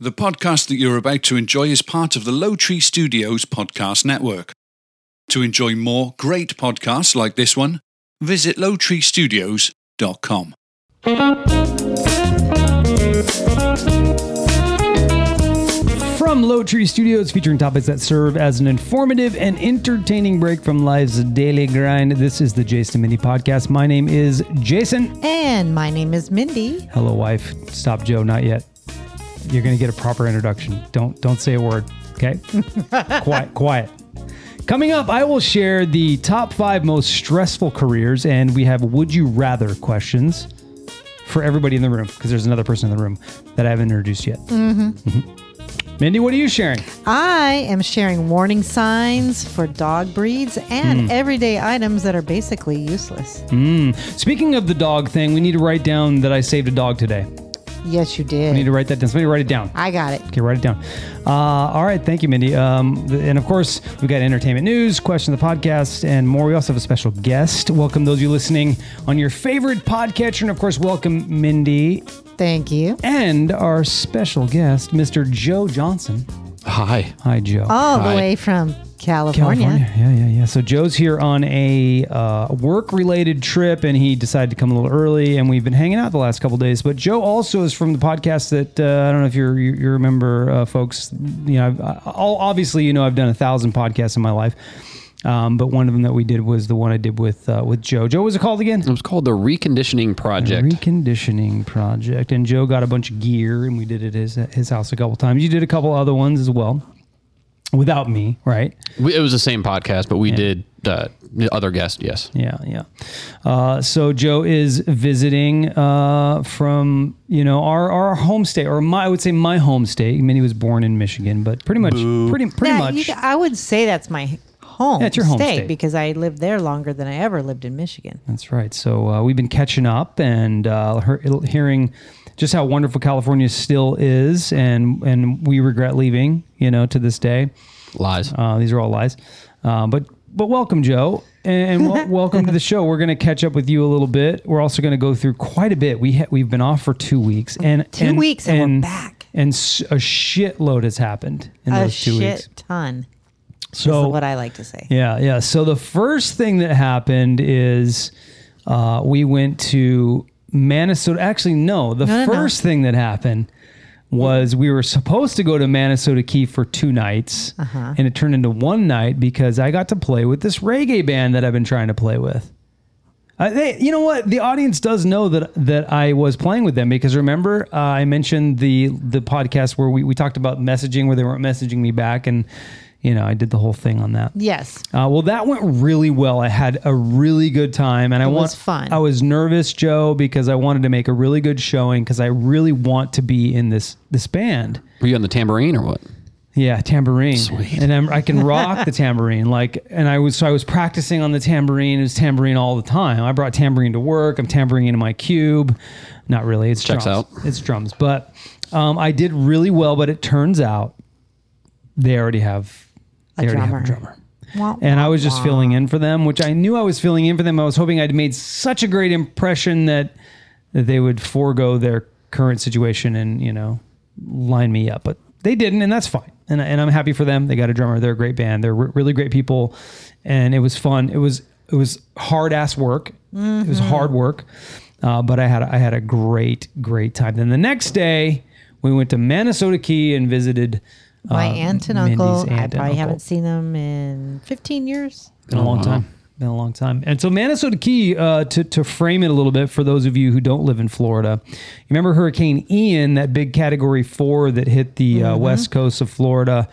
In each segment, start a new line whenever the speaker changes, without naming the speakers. The podcast that you're about to enjoy is part of the Low Tree Studios podcast network. To enjoy more great podcasts like this one, visit lowtreestudios.com.
From Low Tree Studios, featuring topics that serve as an informative and entertaining break from life's daily grind. This is the Jason Mini Podcast. My name is Jason.
And my name is Mindy.
Hello, wife. Stop, Joe. Not yet. You're gonna get a proper introduction. Don't don't say a word. Okay. quiet. Quiet. Coming up, I will share the top five most stressful careers, and we have would you rather questions for everybody in the room because there's another person in the room that I haven't introduced yet. Mhm. Mindy, what are you sharing?
I am sharing warning signs for dog breeds
Hmm.
and everyday items that are basically useless.
Speaking of the dog thing, we need to write down that I saved a dog today.
Yes, you
I need
did.
to write that down. Somebody write it down.
I got it.
Okay, write it down. Uh, all right, thank you, Mindy. Um, th- and of course, we've got entertainment news, question of the podcast, and more. We also have a special guest. Welcome those of you listening on your favorite podcatcher, and of course, welcome Mindy
Thank you.
and our special guest, Mr. Joe Johnson.
Hi.
Hi, Joe.
All the
Hi.
way from California.
California. Yeah, yeah, yeah. So Joe's here on a uh, work-related trip, and he decided to come a little early, and we've been hanging out the last couple days. But Joe also is from the podcast that uh, I don't know if you're, you you remember, uh, folks. You know, I've, I, I'll- obviously, you know, I've done a thousand podcasts in my life, um, but one of them that we did was the one I did with uh, with Joe. Joe what was it called again?
It was called the Reconditioning Project.
Reconditioning project, and Joe got a bunch of gear, and we did it at his, his house a couple times. You did a couple other ones as well, without me, right?
We- it was the same podcast, but we did uh, the other guest. Yes.
Yeah, yeah. Uh, so Joe is visiting uh, from you know our our home state, or my I would say my home state. I mean, he was born in Michigan, but pretty much, pretty pretty
That-
much.
you- I would say that's my home,
That's your home state.
because I lived there longer than I ever lived in Michigan.
That's right. So uh, we've been catching up and uh, her, hearing just how wonderful California still is, and and we regret leaving. You know, to this day,
Lies.
uh, these are all lies. Uh, but but welcome, Joe. And and wel- welcome to the show. We're going to catch up with you a little bit. We're also going to go through quite a bit. We ha- we've been off for two weeks, and
Two weeks and we're back.
and s- a shitload has happened in
A
those two
shit
weeks.
ton
So
is what I like to say.
yeah, yeah. So the first thing that happened is uh, we went to Minnesota. Actually, no. The
No, no, no.
first thing that happened was we were supposed to go to Minnesota Key for two nights,
Uh-huh.
and it turned into one night because I got to play with this reggae band that I've been trying to play with. Uh, they, you know what? The audience does know that that I was playing with them because remember uh, I mentioned the the podcast where we, we talked about messaging where they weren't messaging me back and you know I did the whole thing on that.
Yes.
Uh, well, that went really well. I had a really good time, and I want
was fun.
I was nervous, Joe, because I wanted to make a really good showing because I really want to be in this this band.
Were you on the tambourine or what?
Yeah, tambourine. Sweet. And I'm, I can rock the tambourine. Like, and I was so I was practicing on the tambourine. It was tambourine all the time. I brought tambourine to work. I'm tambourine in my cube. Not really. It's
Checks
drums.
out.
It's drums, but um, I did really well. But it turns out they already have they already have a
drummer.
drummer.
Wah,
And I
wah,
was just
wah.
filling in for them, which I knew I was filling in for them. I was hoping I'd made such a great impression that, that they would forego their current situation and, you know, line me up. But they didn't, and that's fine. And, I- and I'm happy for them. They got a drummer. They're a great band. They're re- really great people. And it was fun. It was it was hard ass work. It
Mm-hmm.
was hard work. Uh, but I had a- I had a great great time. Then the next day we went to Minnesota Key and visited
My
uh,
aunt and
Mindy's
uncle.
aunt
I
and
probably
uncle.
haven't seen them in 15 years.
Been a long
Uh-huh.
time. Been a long time. And so Minnesota Key, uh, to, to frame it a little bit for those of you who don't live in Florida, you remember Hurricane Ian, that big Category 4 that hit the
Mm-hmm.
uh, west coast of Florida?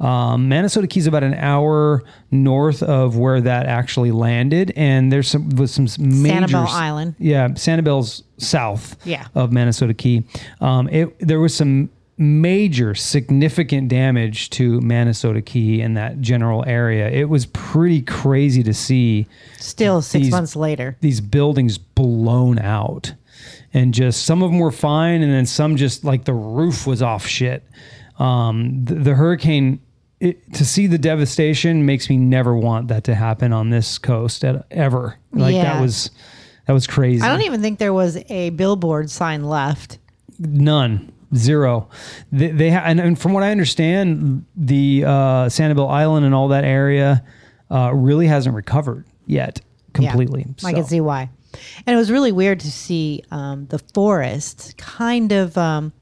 Um, Minnesota Key is about an hour north of where that actually landed, and there's some was some major
Sanibel Island.
yeah, Sanibel's south
Yeah.
of Minnesota Key. Um, it there was some major significant damage to Minnesota Key and that general area. It was pretty crazy to see
Still six
These-
months later.
these buildings blown out and just some of them were fine and then some just like the roof was off shit um the, the hurricane it, to see the devastation makes me never want that to happen on this coast at, ever like that
Yeah.
was that was crazy
I don't even think there was a billboard sign left.
none zero. They, they ha- and, and from what I understand, the uh, Sanibel Island and all that area uh, really hasn't recovered yet completely.
Yeah. I can
So-
see why. And it was really weird to see um, the forest kind of. Um,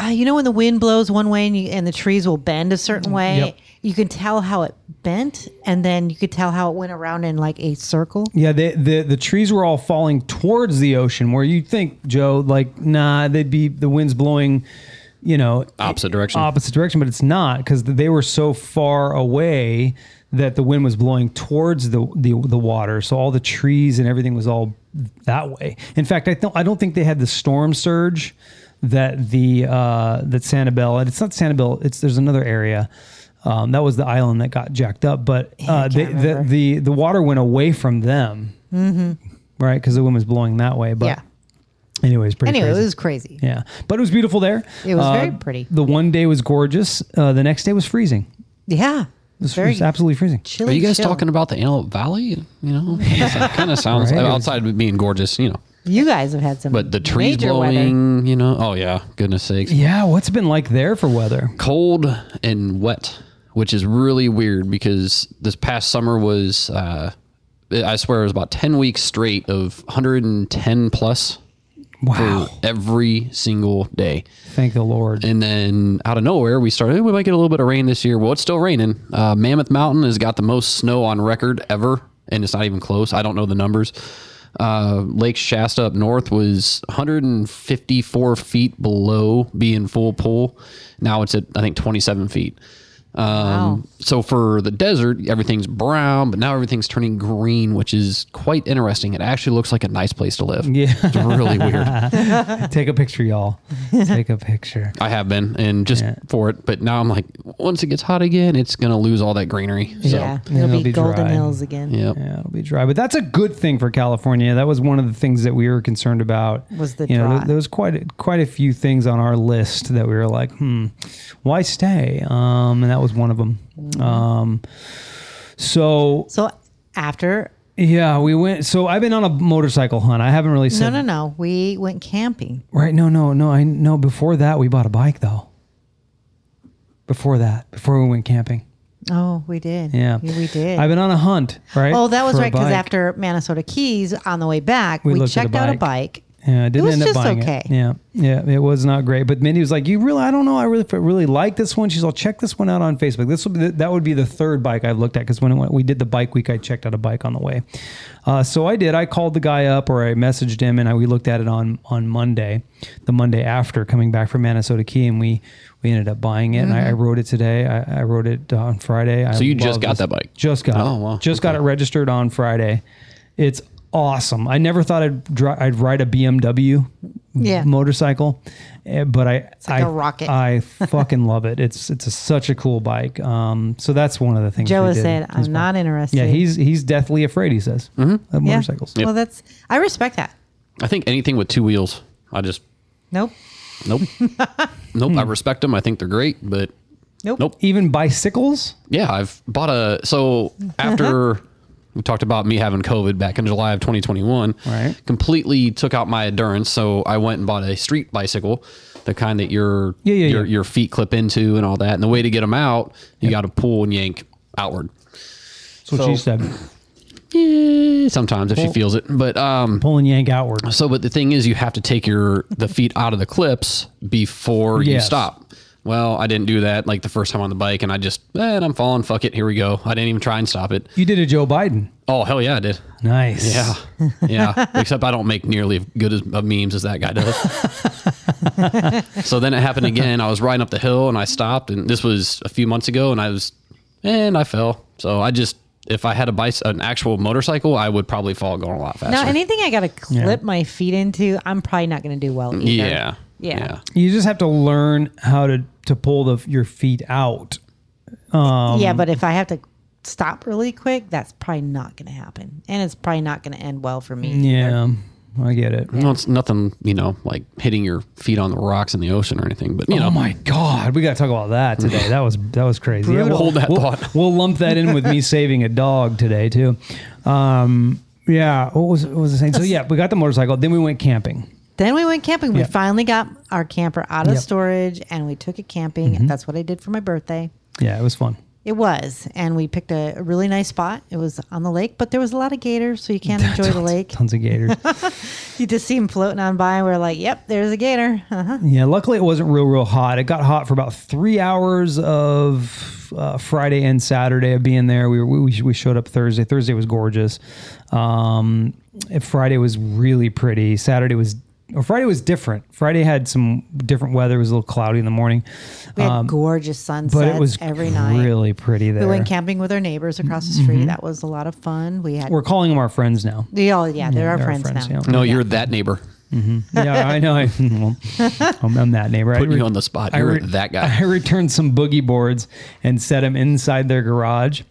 uh, you know when the wind blows one way and, you, and the trees will bend a certain way,
Mm-hmm. Yep.
you can tell how it bent, and then you could tell how it went around in like a circle.
Yeah, the, the the trees were all falling towards the ocean, where you think, Joe, like, nah, they'd be the wind's blowing, you know,
Opposite direction.
opposite direction, but it's not because they were so far away that the wind was blowing towards the, the the water. So all the trees and everything was all that way. In fact, I don't I don't think they had the storm surge that the uh, that Sanibel and it's not Sanibel. It's there's another area. Um, that was the island that got jacked up, but uh, they, the, the the water went away from them, mm-hmm. right? Because the wind was blowing that way. But
yeah.
anyways, pretty
Anyway,
crazy.
it was crazy.
Yeah, but it was beautiful there. Uh,
It was very pretty.
The one day was gorgeous. Uh, the next day was freezing.
Yeah. It
It was, it was absolutely freezing.
chilly.
Are you guys
chill.
talking about the Antelope Valley? You know, kind of sounds
Right.
outside of being gorgeous, you know,
You guys have had some,
but the trees
major weather.
blowing, you know, oh yeah, goodness sakes,
Yeah, what's it been like there for weather?
cold and wet, which is really weird because this past summer was, uh, I swear, it was about ten weeks straight of 110 plus
Wow.
for every single day.
Thank the Lord.
And then out of nowhere, we started. "Hey, We might get a little bit of rain this year. Well, it's still raining. Uh, Mammoth Mountain has got the most snow on record ever, and it's not even close. I don't know the numbers. Uh, Lake Shasta up north was 154 feet below being full pool. Now it's at I think 27 feet. Um,
Wow.
So for the desert, everything's brown, but now everything's turning green, which is quite interesting. It actually looks like a nice place to live.
Yeah.
it's really weird.
Take a picture, y'all. Take a picture.
I have been, and just for it. But now I'm like, once it gets hot again, it's gonna lose all that greenery. So,
Yeah.
yeah.
it'll,
it'll
be,
be
Golden
dry.
Hills again.
Yeah, it'll be dry, but that's a good thing for California. That was one of the things that we were concerned about.
Was the
you know
drought.
there was quite a, quite a few things on our list that we were like, hmm, why stay? Um, and that was one of them.
Mm-hmm.
Um, so
So after,
Yeah, we went. So I've been on a motorcycle hunt. I haven't really
no,
said
no, no, we went camping.
right. No, no, no. I no. Before that, we bought a bike though. Before that, before we went camping.
Oh, we did.
Yeah,
we did.
I've been on a hunt. Right.
oh, that was
for a
right because
bike.
after Minnesota Keys on the way back,
We
we,
looked at a
checked out a bike.
Yeah, I didn't
was
end up
just
buying
okay.
it. Yeah, yeah, it was not great. But Mindy was like, "You really? I don't know. I really, if I really like this one." She's all, "Check this one out on Facebook. This will be the, that would be the third bike I've looked at because when it went, we did the bike week, I checked out a bike on the way. Uh, so I did. I called the guy up or I messaged him, and I, we looked at it on on Monday, the Monday after coming back from Minnesota Key, and we we ended up buying it.
Mm-hmm.
And I, I rode it today. I, I rode it uh, on Friday. I
So you just
love
got
this-
that bike?
Just got.
Oh,
it.
wow.
Just got it registered on Friday. It's awesome. I never thought I'd dri- I'd ride a BMW
Yeah.
motorcycle, eh, but I
like
I-
a rocket.
I fucking love it. It's it's a, such a cool bike. Um, so that's one of the things.
Joe
we
has
did.
said, "I'm not interested."
Yeah, he's he's deathly afraid. He says
Mm-hmm.
of
Yeah.
motorcycles.
Well, that's I respect that.
I think anything with two wheels, I just
Nope,
nope, nope. I
Hmm.
respect them. I think they're great, but
nope,
Nope.
Even bicycles.
yeah, I've bought a. So
Uh-huh.
after we talked about me having COVID back in July of 2021,
Right.
Completely took out my endurance, so I went and bought a street bicycle, the kind that your
Yeah, yeah,
your,
yeah.
your feet clip into and all that. And the way to get them out, you got to pull and yank outward.
That's what she said.
Yeah, Eh, sometimes if she feels it, but um,
Pull and yank outward.
So, but the thing is, you have to take your the feet out of the clips before you
Yes.
stop. Well, I didn't do that like the first time on the bike, and I just, eh, I'm falling. Fuck it, here we go. I didn't even try and stop it.
You did a Joe Biden.
Oh hell yeah, I did.
Nice.
Yeah, yeah. Except I don't make nearly as good as of memes as that guy does. so then it happened again. I was riding up the hill and I stopped, and this was a few months ago, and I was, and I fell. So I just, if I had a bike, an actual motorcycle, I would probably fall going a lot faster.
Now anything I got to clip my feet into, I'm probably not going to do well. Either.
Mm, yeah,
Yeah.
You just have to learn how to to pull the your feet out. Um,
yeah. But if I have to stop really quick, that's probably not going to happen, and it's probably not going to end well for me.
Yeah, I get it.
Well, it's nothing, you know, like hitting your feet on the rocks in the ocean or anything. But you know,
Oh my God, we got to talk about that today. That was that was crazy. Yeah, we'll,
Hold that
we'll,
thought.
we'll lump that in with me saving a dog today too. Um, yeah, what was what was I saying? So yeah, we got the motorcycle. Then we went camping.
Then we went camping. We
Yep.
finally got our camper out of
Yep. Mm-hmm.
storage and we took it camping. And that's what I did for my birthday.
Yeah, it was fun.
It was. And we picked a a really nice spot. It was on the lake, but there was a lot of gators, so you can't enjoy the lake.
Tons of gators.
You just see them floating on by, and we're like, yep, there's a gator. Uh-huh.
yeah, luckily it wasn't real, real hot. It got hot for about three hours of uh, Friday and Saturday of being there. We, were, we we showed up Thursday. Thursday was gorgeous. Um, and Friday was really pretty. Saturday was. Or Friday was different. Friday had some different weather. It was a little cloudy in the morning,
We had gorgeous sunsets
Um, but it was
every night.
really pretty there. Mm-hmm.
We went camping with our neighbors across the street. That was a lot of fun. We had,
We're calling them our friends now.
they all, yeah, they're our
they're our
friends,
friends,
now.
yeah.
No, you're that neighbor.
yeah, I know. I, well, I'm, I'm that neighbor.
Putting
I
you on the spot.
I
You're
re-
that guy.
I returned some boogie boards and set them inside their garage,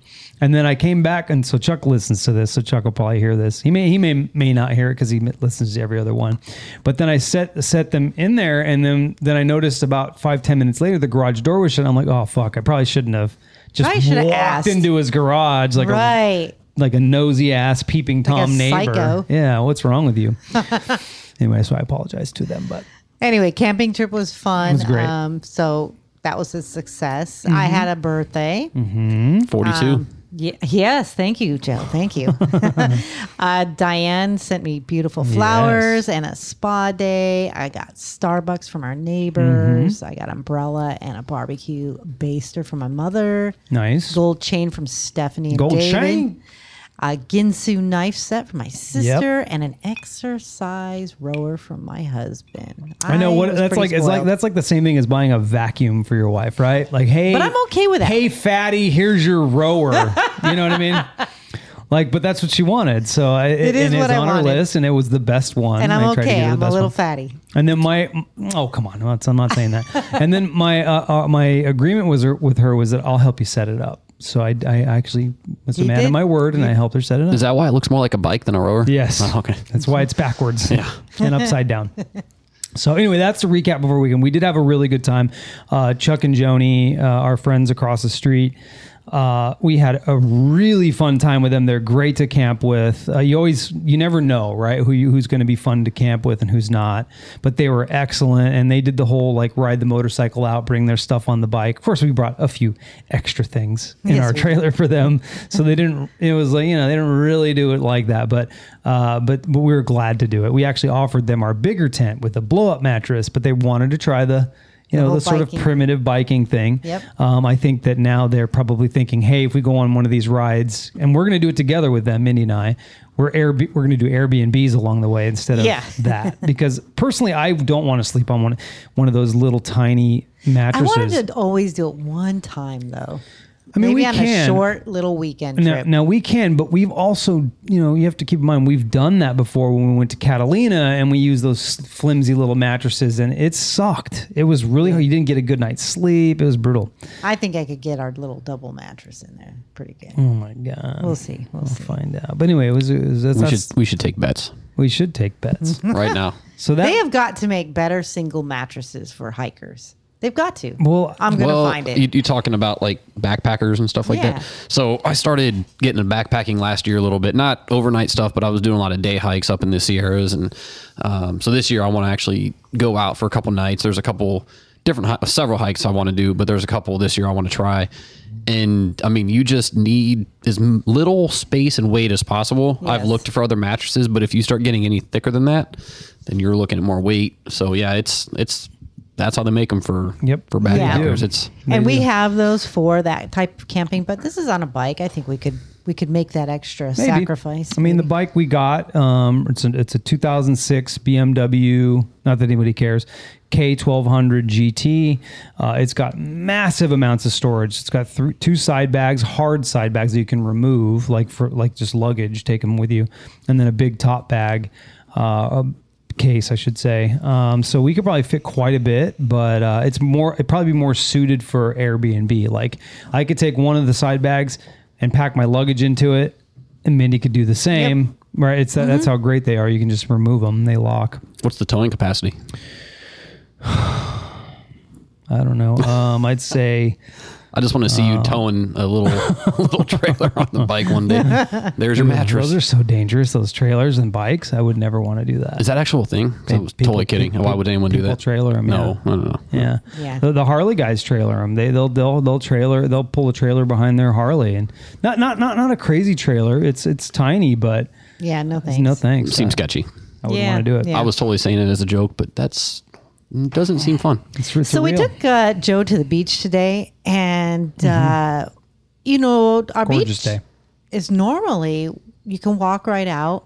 and then I came back. And so Chuck listens to this. So Chuck will probably hear this. He may he may may not hear it because he m- listens to every other one. But then I set set them in there, and then then I noticed about five ten minutes later the garage door was shut. I'm like, oh fuck, I probably shouldn't have. Just
Probably should've
walked
asked.
into his garage like a
Right.
like a nosy ass peeping tom
a
neighbor.
psycho.
Yeah, what's wrong with you? anyway, so I apologize to them, but
Anyway, camping trip was fun.
was great. Mm-hmm.
Um, so that was a success. I had a birthday.
Um,
42.
Ye- yes, thank you, Joe. Thank you. uh, Diane sent me beautiful flowers and a spa day. I got Starbucks from our neighbors.
Mm-hmm.
I got umbrella and a barbecue baster from my mother.
nice.
Gold chain from Stephanie. And
Gold
David.
chain?
A Ginsu knife set from my sister and an exercise rower from my husband.
I know what
was
that's
pretty
like. It's like
spoiled.
that's like the same thing as buying a vacuum for your wife, right? Like, hey,
But I'm okay with that.
Hey, fatty, here's your rower. you know what I mean? Like, but that's what she wanted, so I, it,
is
and
what
it's
I
on
wanted.
her list, and it was the best one.
And
I
I'm
tried to get
okay.
her the
I'm a
best
little
one.
fatty.
And then my oh come on, I'm not, I'm not saying that. and then my uh, uh, my agreement was with her was that I'll help you set it up. So I, I actually was a
You
man
did?
of my word, and I helped her set it up.
Is that why it looks more like a bike than a rower?
Yes.
Oh, okay.
That's why it's backwards. And upside down. So anyway, that's the recap before weekend. We did have a really good time. Uh, Chuck and Joni, uh, our friends across the street, uh, we had a really fun time with them. They're great to camp with. Uh, you always, you never know, right? Who you, who's going to be fun to camp with and who's not. But they were excellent, and they did the whole like ride the motorcycle out, bring their stuff on the bike. Of course, we brought a few extra things in
Yes,
our
we
trailer trailer for them. So they didn't. It was like you know they didn't really do it like that, but uh, but but we were glad to do it. We actually offered them our bigger tent with a blow up mattress, but they wanted to try the. You know,
whole
the sort of
biking.
primitive biking thing.
Yep.
Um, I think that now they're probably thinking, hey, if we go on one of these rides, and we're going to do it together with them, Mindy and I, we're Airb- we're going to do Airbnbs along the way instead of
Yeah.
that. Because personally, I don't want to sleep on one one of those little tiny
I
mattresses.
wanted to always do it one time though.
I mean,
Maybe
we
on a
can.
short little weekend
Now,
trip.
now we can, but we've also, you know, you have to keep in mind we've done that before when we went to Catalina and we used those flimsy little mattresses and it sucked. It was really hard. You didn't get a good night's sleep. It was brutal.
I think I could get our little double mattress in there pretty good.
Oh my god.
We'll see. We'll
We'll
see.
find out. But anyway, it was, it was that's,
We
we,
should, we should take bets
we should take bets.
Mm-hmm.
right now.
So that
They have got to make better single mattresses for hikers. They've got to.
Well,
I'm gonna
well,
find it.
You, you're talking about like backpackers and stuff like
Yeah.
that. So I started getting into backpacking last year a little bit, not overnight stuff, but I was doing a lot of day hikes up in the Sierras, and um, so this year I want to actually go out for a couple nights. There's a couple different, hi- several hikes I want to do, but there's a couple this year I want to try. And I mean, you just need as m- little space and weight as possible. I've
Yes.
looked for other mattresses, but if you start getting any thicker than that, then you're looking at more weight. So yeah, it's it's that's how they make them for
Yep.
for
Yeah.
backpackers. It's
and we have those for that type of camping, but this is on a bike. I think we could we could make that extra
Maybe.
sacrifice.
I mean, the
maybe.
bike we got, um, it's a, it's a 2006 BMW. Not that anybody cares. K1200 GT. Uh, it's got massive amounts of storage. It's got thr two side bags, hard side bags that you can remove, like for like just luggage, take them with you, and then a big top bag. Uh, a, case, I should say. Um, so we could probably fit quite a bit, but uh, it's more. It'd probably be more suited for Airbnb. Like I could take one of the side bags and pack my luggage into it, and Mindy could do the same. Right? It's that,
Mm-hmm.
that's how great they are. You can just remove them. They lock.
what's the towing capacity?
I don't know. Um, I'd say
I just want to see you
Uh.
towing a little little trailer on the bike one day. There's your mattress.
those are so dangerous. Those trailers and bikes. I would never want to do that.
Is that actual thing? 'Cause I was totally kidding. Why would anyone do
people
that?
Trailer 'em,
No,
yeah.
no, no, no.
Yeah.
Yeah.
The, the Harley guys trailer them. They they'll they'll they'll trailer they'll pull a trailer behind their Harley and not not not not a crazy trailer. It's it's tiny, but
Yeah, no thanks.
no thanks.
Seems
I,
sketchy.
I wouldn't
Yeah,
want to do it.
yeah.
I was totally saying it as a joke, but that's doesn't seem fun.
It's, it's
So we
surreal.
took uh, Joe to the beach today, and uh, you know our
Mm-hmm. Gorgeous
beach
day.
is normally you can walk right out,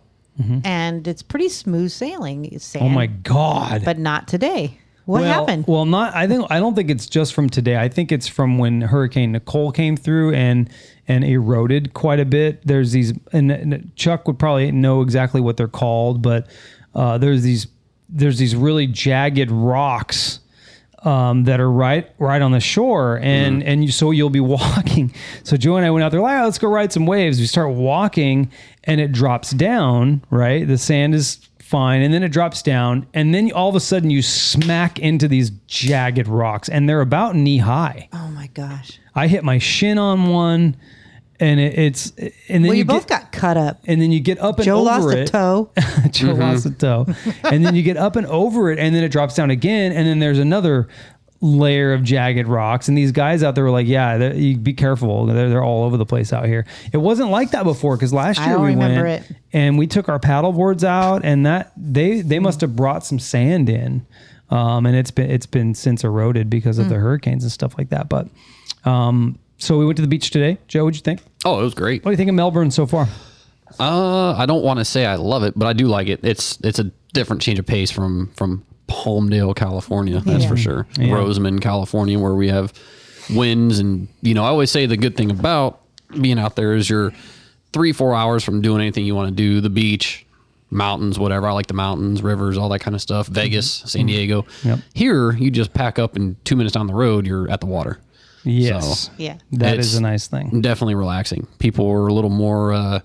and it's pretty smooth sailing. it's
Oh
Sand,
Mm-hmm. my god.
But not today. What
well,
happened?
Well, not. I think I don't think it's just from today. I think it's from when Hurricane Nicole came through and and eroded quite a bit. There's these, and, and Chuck would probably know exactly what they're called, but uh, there's these there's these really jagged rocks um, that are right right on the shore, and and you, so you'll be walking. So Joe and I went out there, like, "Ah, let's go ride some waves. We start walking, and it drops down. Right, the sand is fine, and then it drops down, and then all of a sudden you smack into these jagged rocks, and they're about knee high.
oh my gosh!
I hit my shin on one, and it, it's and then
Well, you,
you,
both
get,
got cut up.
and then you get up and
Joe
over
lost
it.
a toe.
Joe lost a toe.
Mm-hmm.
And then you get up and over it, and then it drops down again, and then there's another layer of jagged rocks. And these guys out there were like, "Yeah, they're- you be careful. They're they're all over the place out here." It wasn't like that before because last
I
year
don't
we
remember
went
it.
and we took our paddle boards out, and that they
Mm-hmm.
they must have brought some sand in. Um, and it's been it's been since eroded because
Mm.
of the hurricanes and stuff like that. But um, so we went to the beach today. Joe, what'd you think?
Oh, it was great.
What do you think of Melbourne so far?
Uh, I don't want to say I love it, but I do like it. It's it's a different change of pace from from Palmdale, California. That's for sure. Roseman, California, where we have winds, and you know, I always say the good thing about being out there is you're three four hours from doing anything you want to do, the beach, mountains, whatever. I like the mountains, rivers, all that kind of stuff. Vegas, San Diego.
Yep.
Here, you just pack up and two minutes down the road, you're at the water.
Yes,
Yeah.
that
It's-
is a nice thing.
definitely relaxing. People were a little more uh,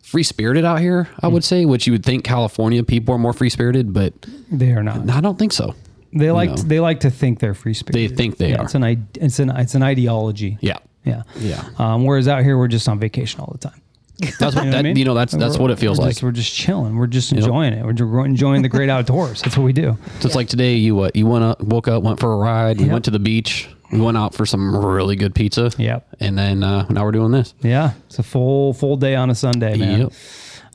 free spirited out here, I would say, which you would think California people are more free spirited, but
They are not.
I don't think so.
They like
No.
they like to think they're free spirit.
They think they
yeah,
are.
It's an id- it's an it's an ideology.
yeah.
yeah,
Yeah.
Um, whereas out here, we're just on vacation all the time.
That's
You
what,
know, what I
that,
mean?
you know that's that's
We're-
what it feels
we're
like.
just- we're just chilling. We're just enjoying it. We're just enjoying the great outdoors. That's what we do.
Just like today, you what you went up, woke up, went for a ride, we went to the beach, we went out for some really good pizza.
Yep.
And then uh, now we're doing this.
Yeah, it's a full full day on a Sunday, man.
Yep.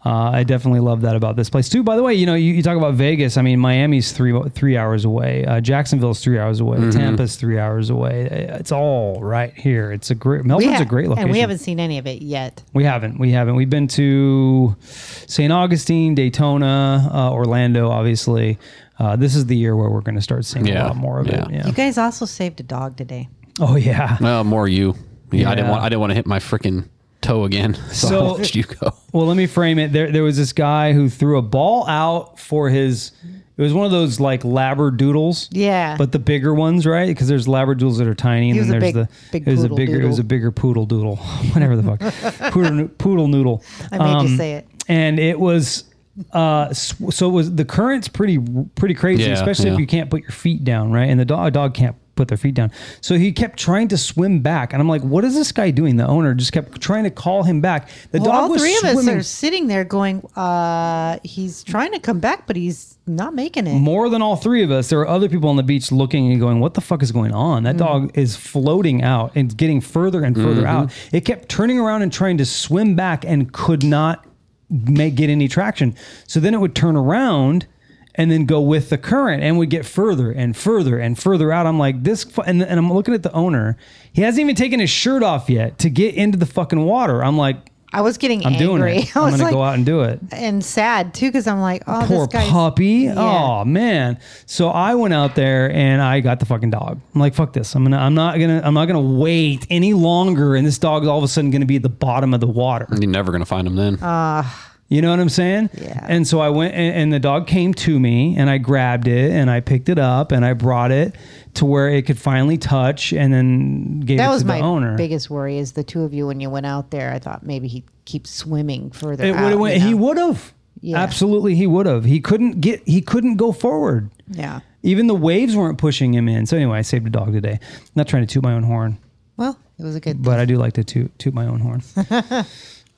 Uh, I definitely love that about this place too. By the way, you know, you, you talk about Vegas. I mean, Miami's three three hours away. Uh, Jacksonville's three hours away.
Mm-hmm.
Tampa's three hours away. It's all right here. It's a great Melbourne's
ha-
a great location.
And we haven't seen any of it yet.
We haven't. We haven't. We've been to St. Augustine, Daytona, uh, Orlando, obviously. Uh, this is the year where we're going to start seeing
Yeah,
a lot more of it.
yeah.
Yeah.
You guys also saved a dog today.
Oh, yeah.
Well, more you. Yeah, I didn't
Yeah.
want I didn't want to hit my freaking toe again. So,
So-
I watched you go.
Well, let me frame it. There, there was this guy who threw a ball out for his. It was one of those like labradoodles.
Yeah.
But the bigger ones, right? Because there's labradoodles that are tiny, and
He was
then
a
there's
big-
the.
big
it was a
poodle
bigger. It was
doodle.
a bigger poodle doodle, whatever the fuck, poodle, poodle noodle.
I made
Um,
you say it.
and it was uh s- so it was the current's pretty pretty crazy
Yeah,
especially
yeah.
if you can't put your feet down right and the dog, a dog can't put their feet down so he kept trying to swim back and i'm like what is this guy doing the owner just kept trying to call him back the
Well,
dog
all
was
three of us
swimming
are sitting there going, uh, he's trying to come back, but he's not making it.
more than all three of us there were other people on the beach looking and going what the fuck is going on
Mm.
that dog is floating out and getting further and further
Mm-hmm.
out it kept turning around and trying to swim back and could not make get any traction so then it would turn around and then go with the current and would get further and further and further out i'm like this fu- and, and i'm looking at the owner he hasn't even taken his shirt off yet to get into the fucking water i'm like
I was getting
i'm
angry.
doing it
I
i'm
was
gonna
like,
go out and do it
and sad too, because I'm like, oh,
poor
this guy's
puppy.
Yeah.
Oh man. So I went out there and I got the fucking dog. I'm like, fuck this. I'm gonna I'm not gonna I'm not gonna wait any longer and this dog's all of a sudden gonna be at the bottom of the water.
You're never gonna find them then.
Uh, You know what I'm saying?
Yeah.
And so I went and, and the dog came to me and I grabbed it and I picked it up and I brought it to where it could finally touch and then gave
That
it
was
to
my
the owner.
biggest worry is the two of you when you went out there. I thought maybe he'd keep swimming further.
It would
out,
have went.
uh, you
He
know?
would have.
Yeah.
Absolutely, he would have. He couldn't get. He couldn't go forward.
Yeah.
Even the waves weren't pushing him in. So anyway, I saved a dog today. Not trying to toot my own horn,
Well, it was a good.
but I do like to toot, toot my own horn.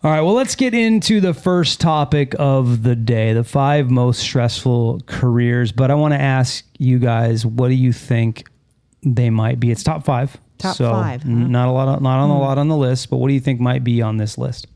All right, well, let's get into the first topic of the day the five most stressful careers. But I want to ask you guys, what do you think they might be? It's top five.
Top
so
five, huh? Hmm.
n- Not a lot, on- not on a lot on the list, but what do you think might be on this list?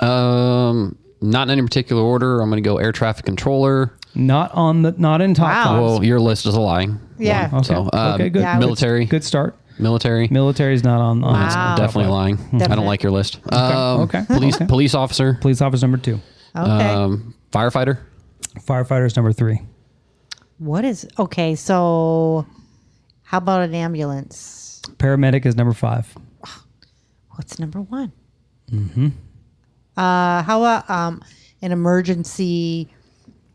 Um, not in any particular order. I'm going to go air traffic controller.
Not on the, not in top
Wow.
five.
Well, your list is a lie.
Yeah.
One. So,
Okay.
uh,
Okay, good. Yeah, I would-
Military.
Good start.
Military.
Military's not on. on
Wow. Oh,
Definitely lying. I
Definitely.
don't like your list. Um,
okay,
Police,
okay.
police officer.
Police officer number two.
okay.
Um, firefighter.
Firefighters number three.
what is okay? So, how about an ambulance?
Paramedic is number five.
What's number one? Mm-hmm. Uh, how about um, an emergency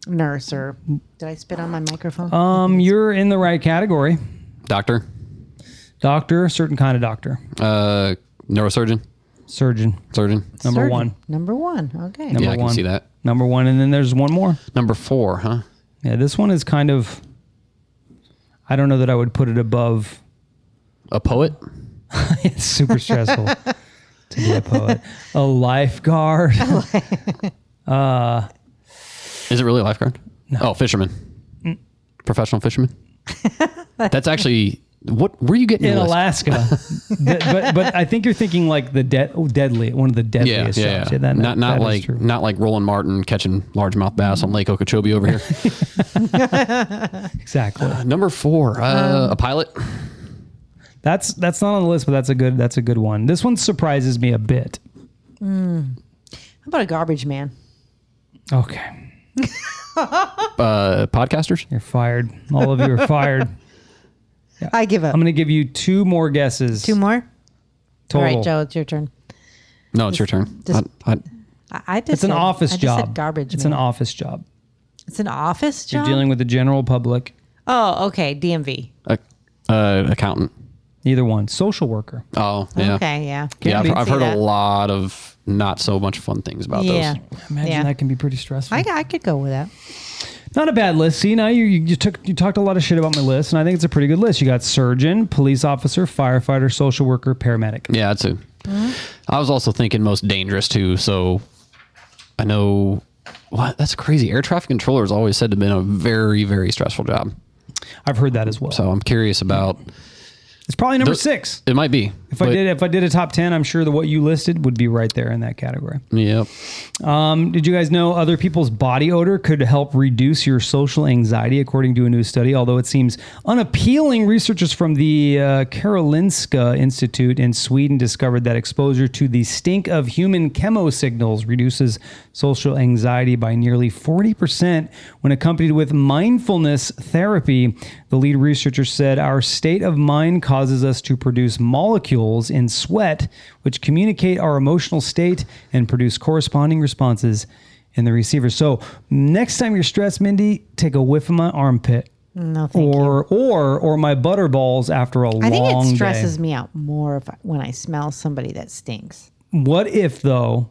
nurse? Or did I spit on my microphone?
Um, you're in the right category.
Doctor.
Doctor, certain kind of doctor,
Uh, neurosurgeon.
surgeon.
Surgeon.
Number
Surgeon.
one.
Number one. Okay.
Number
yeah, I can
one.
see that.
Number one, and then there's one more.
Number four, huh?
Yeah, this one is kind of. I don't know that I would put it above.
A poet.
It's super stressful to be a poet. A lifeguard.
Is it really a lifeguard? No. Oh, fisherman.
Mm.
Professional fisherman. That's actually what. Where are you getting
in
your list?
Alaska. Th- but but I think you're thinking like the dead, oh, deadly, one of the
Yeah, yeah,
deadliest
yeah.
jobs. that-
not
that-
not
that is
like
true. Mm-hmm.
not like Roland Martin catching largemouth bass on Lake Okeechobee over here.
exactly.
Number four, uh,
Um,
a pilot.
That's that's not on the list, but that's a good that's a good one. This one surprises me a bit.
How about a garbage man?
Okay,
Uh, podcasters.
you're fired. All of you are fired.
I give up.
I'm going to give you two more guesses.
Two more.
total.
All right, Joe, it's your turn.
No, it's your turn.
just-
I, I,
I, I just
It's an
said-
office
I just
job.
Said garbage.
It's
man.
an office job.
It's an office
You're
job.
dealing with the general public.
oh, okay. DMV.
a, uh, accountant.
Either one. Social worker.
Oh, yeah.
Okay. Yeah.
Yeah,
be-
I've, I've
See
heard
that.
a lot of not so much fun things about
Yeah.
those.
Imagine
Yeah.
that can be pretty stressful.
I, I could go with that.
Not a bad list. See, now you, you you took you talked a lot of shit about my list, and I think it's a pretty good list. You got surgeon, police officer, firefighter, social worker, paramedic.
Yeah, that's a. I
Mm-hmm.
was also thinking most dangerous too. So I know what that's crazy. Air traffic controller is always said to have been a very very stressful job.
I've heard that as well.
So I'm curious about.
it's probably number
Those-
six.
It might be.
If I did if I did a top ten, I'm sure that what you listed would be right there in that category.
Yep.
Um, did you guys know other people's body odor could help reduce your social anxiety, according to a new study? Although it seems unappealing, researchers from the uh, Karolinska Institute in Sweden discovered that exposure to the stink of human chemo signals reduces social anxiety by nearly 40% when accompanied with mindfulness therapy. The lead researcher said, Our state of mind causes us to produce molecules in sweat, which communicate our emotional state and produce corresponding responses in the receiver. So, next time you're stressed, Mindy, take a whiff of my armpit.
No, Mm, thank you.
Or, or or my butter balls after a long
I think it
day.
stresses me out more if I, when I smell somebody that stinks.
What if though,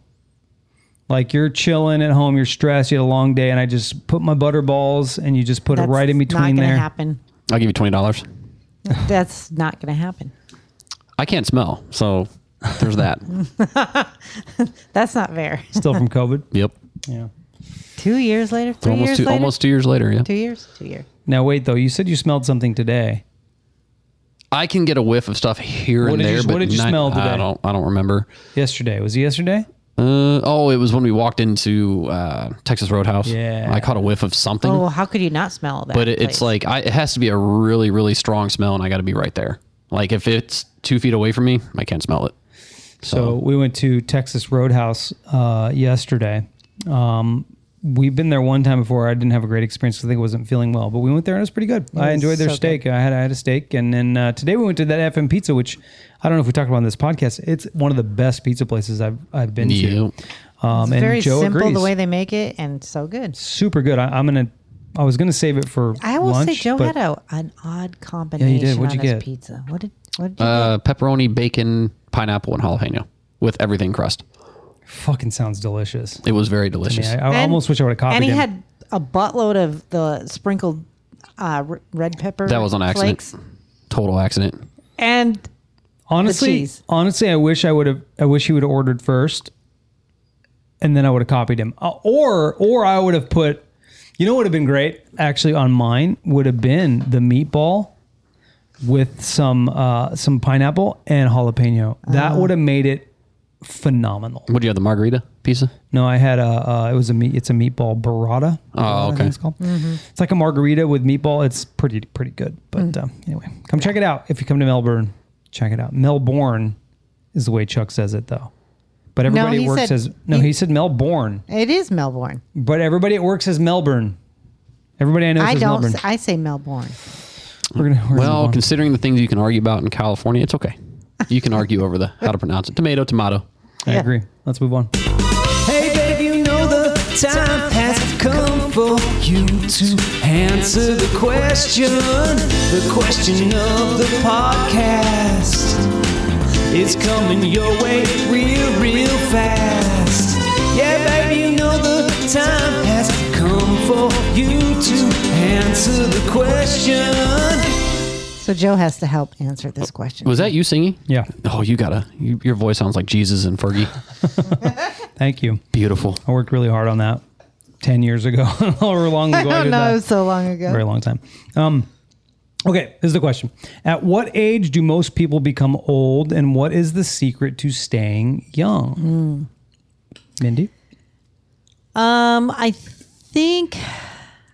like you're chilling at home, you're stressed, you had a long day, and I just put my butter balls and you just put
That's
it right in
not
between
gonna
there.
happen.
I'll give you twenty dollars.
That's not going to happen.
I can't smell, so there's that.
That's not fair.
Still from COVID.
yep.
yeah.
Two years later, three
Almost
years
two,
later,
almost two years later. Yeah.
two years, two years.
Now wait though, you said you smelled something today.
I can get a whiff of stuff here
What
and
did you-
there, but
what did you
not-
smell today?
I don't. I don't remember.
Yesterday was it yesterday?
Uh, oh, it was when we walked into uh, Texas Roadhouse.
Yeah.
I caught a whiff of something,
Oh, how could you not smell that?
but it,
place?
it's like I, it has to be a really, really strong smell, and I got to be right there. Like if it's two feet away from me, I can't smell it.
So we went to Texas Roadhouse uh, yesterday. Um, we've been there one time before. I didn't have a great experience 'cause I think I wasn't feeling well, but we went there and it was pretty good. I
was
enjoyed their
so
steak. I had I had a steak, and then uh, today we went to that FM Pizza, which I don't know if we talked about on this podcast. It's one of the best pizza places I've I've been
Yep.
to. Um, and
very
Joe
simple
agrees.
the way they make it, and so good.
Super good. I, I'm gonna. I was gonna save it for.
I will
lunch,
say Joe
but
had a, an odd combination
What'd
on
you
his
get?
pizza. What did what did you
Uh, pepperoni, bacon, pineapple, and jalapeno with everything crust.
fucking sounds delicious.
It was very delicious.
Yeah, I, I
And-
almost wish I would have copied
And he
him.
had a buttload of the sprinkled uh, r- red pepper.
That was on accident.
flakes.
Total accident.
And
Honestly,
cheese.
honestly, I wish I would have. I wish he would have ordered first, and then I would have copied him. Uh, or, or I would have put. You know, what would have been great actually on mine would have been the meatball with some uh, some pineapple and jalapeno. That would have made it phenomenal.
What do you have? The margarita pizza?
No, I had a. Uh, it was a meat. It's a meatball burrata. I
Oh,
think
okay.
It's called.
Mm-hmm.
It's like a margarita with meatball. It's pretty pretty good. But
Mm.
uh, anyway, come check it out if you come to Melbourne. Check it out. Melbourne is the way Chuck says it though. But everybody
he
at work
said-
says no. He,
he-
said Melbourne,
it is Melbourne.
but everybody at work says Melbourne. Everybody I know
I
says
don't.
Melbourne.
s- I say Melbourne.
We're gonna- we're gonna move
Well,
on.
considering the things you can argue about in California, it's okay. You can argue over the how to pronounce it. Tomato, tomato.
I agree. Let's move on.
Hey, babe, you know the time has come for you to answer the question. The question of the podcast. It's coming your way real, real fast. Yeah, babe, you know the time has come for you to answer the question.
So Joe has to help answer this question.
Was that you singing?
Yeah.
Oh, you gotta. You, your voice sounds like Jesus and Fergie.
Thank you.
Beautiful.
I worked really hard on that ten years ago, however long ago
I
I,
don't
did
know.
that.
Oh, It was so long ago.
very long time. Um, okay, this is the question. At what age do most people become old, and what is the secret to staying young? Mindy?
Um, I think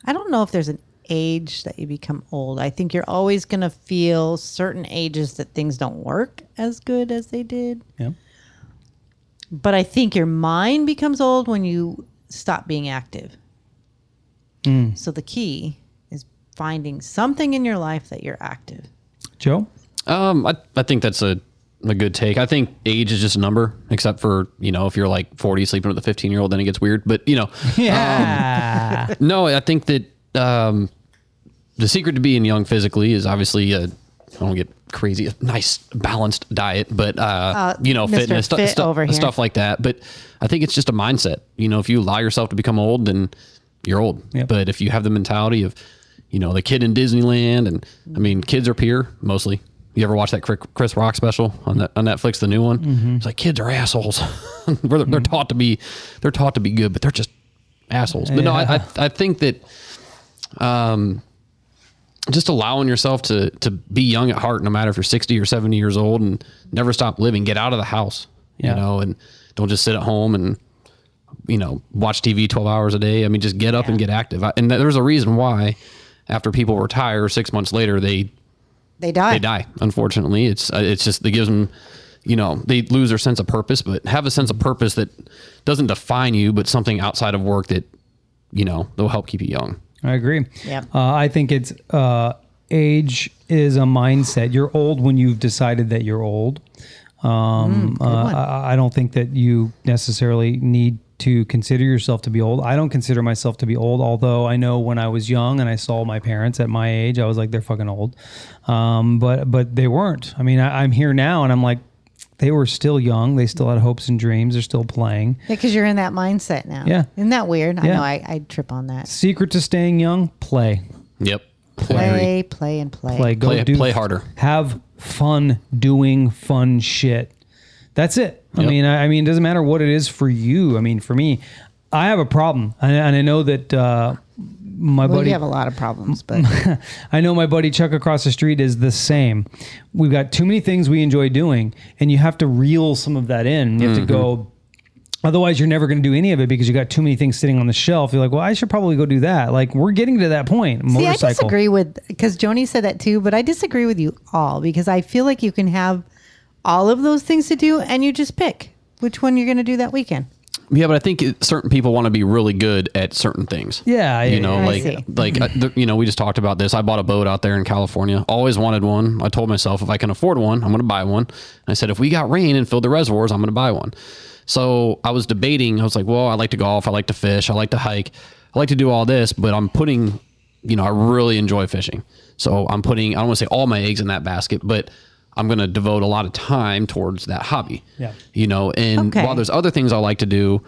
I don't know if there's an age that you become old. I think you're always going to feel certain ages that things don't work as good as they did.
Yeah.
But I think your mind becomes old when you stop being active.
Mm.
So the key is finding something in your life that you're active.
Joe?
Um, I, I think that's a, a good take. I think age is just a number, except for, you know, if you're like 40 sleeping with a 15 year old, then it gets weird. But, you know,
Yeah.
no, I think that um, the secret to being young physically is obviously I I don't get crazy, a nice balanced diet, but uh, you know,
Mr.
fitness stu-
Fit
stu-
over here.
stuff like that. But I think it's just a mindset. You know, if you allow yourself to become old, then you're old.
Yep.
But if you have the mentality of, you know, the kid in Disneyland, and I mean, kids are peer mostly. You ever watch that Cri- Chris Rock special on that on Netflix, the new one? It's like kids are assholes. We're- they're taught to be, they're taught to be good, but they're just assholes. But no, I, I I think that um, just allowing yourself to to be young at heart, no matter if you're 60 or 70 years old, and never stop living. Get out of the house, you
Yeah.
know, and don't just sit at home and you know watch TV 12 hours a day. I mean, just get up and get active. I, and there's a reason why after people retire six months later they
They die.
they die. Unfortunately, it's uh, it's just it gives them, you know, they lose their sense of purpose. But have a sense of purpose that doesn't define you, but something outside of work that you know will help keep you young.
I agree.
Yep.
Uh, I think it's uh, age is a mindset. You're old when you've decided that you're old. Um, uh, I, I don't think that you necessarily need to consider yourself to be old. I don't consider myself to be old, although I know when I was young and I saw my parents at my age, I was like, they're fucking old. Um, but but they weren't. I mean, I, I'm here now, and I'm like, they were still young. They still had hopes and dreams. They're still playing.
Because you're in that mindset now.
Yeah.
Isn't that weird? I
Yeah.
know I, I trip on that.
Secret to staying young: play.
Yep.
Play, play, and play.
play go
Play-
do
play harder.
have fun doing fun shit that's it i
Yep.
mean I, I mean it doesn't matter what it is for you i mean for me i have a problem and, and i know that uh my
Well,
buddy
you have a lot of problems, but
I know my buddy Chuck across the street is the same. We've got too many things we enjoy doing, and you have to reel some of that in. You have
Mm-hmm.
to go. Otherwise, you're never going to do any of it because you got too many things sitting on the shelf. You're like, well, I should probably go do that. Like, we're getting to that point.
See, I
Motorcycle.
disagree with because Joni said that too, but I disagree with you all because I feel like you can have all of those things to do and you just pick which one you're going to do that weekend.
Yeah, but I think it, certain people want to be really good at certain things.
Yeah, yeah,
you know,
yeah. I
see.
like like I, th- you know, we just talked about this. I bought a boat out there in California. Always wanted one. I told myself if I can afford one, I'm going to buy one. And I said if we got rain and filled the reservoirs, I'm going to buy one. So I was debating. I was like, well, I like to golf. I like to fish. I like to hike. I like to do all this, but I'm putting, you know, I really enjoy fishing. So I'm putting. I don't want to say all my eggs in that basket, but I'm going to devote a lot of time towards that hobby.
Yeah.
You know, and
Okay.
while there's other things I like to do,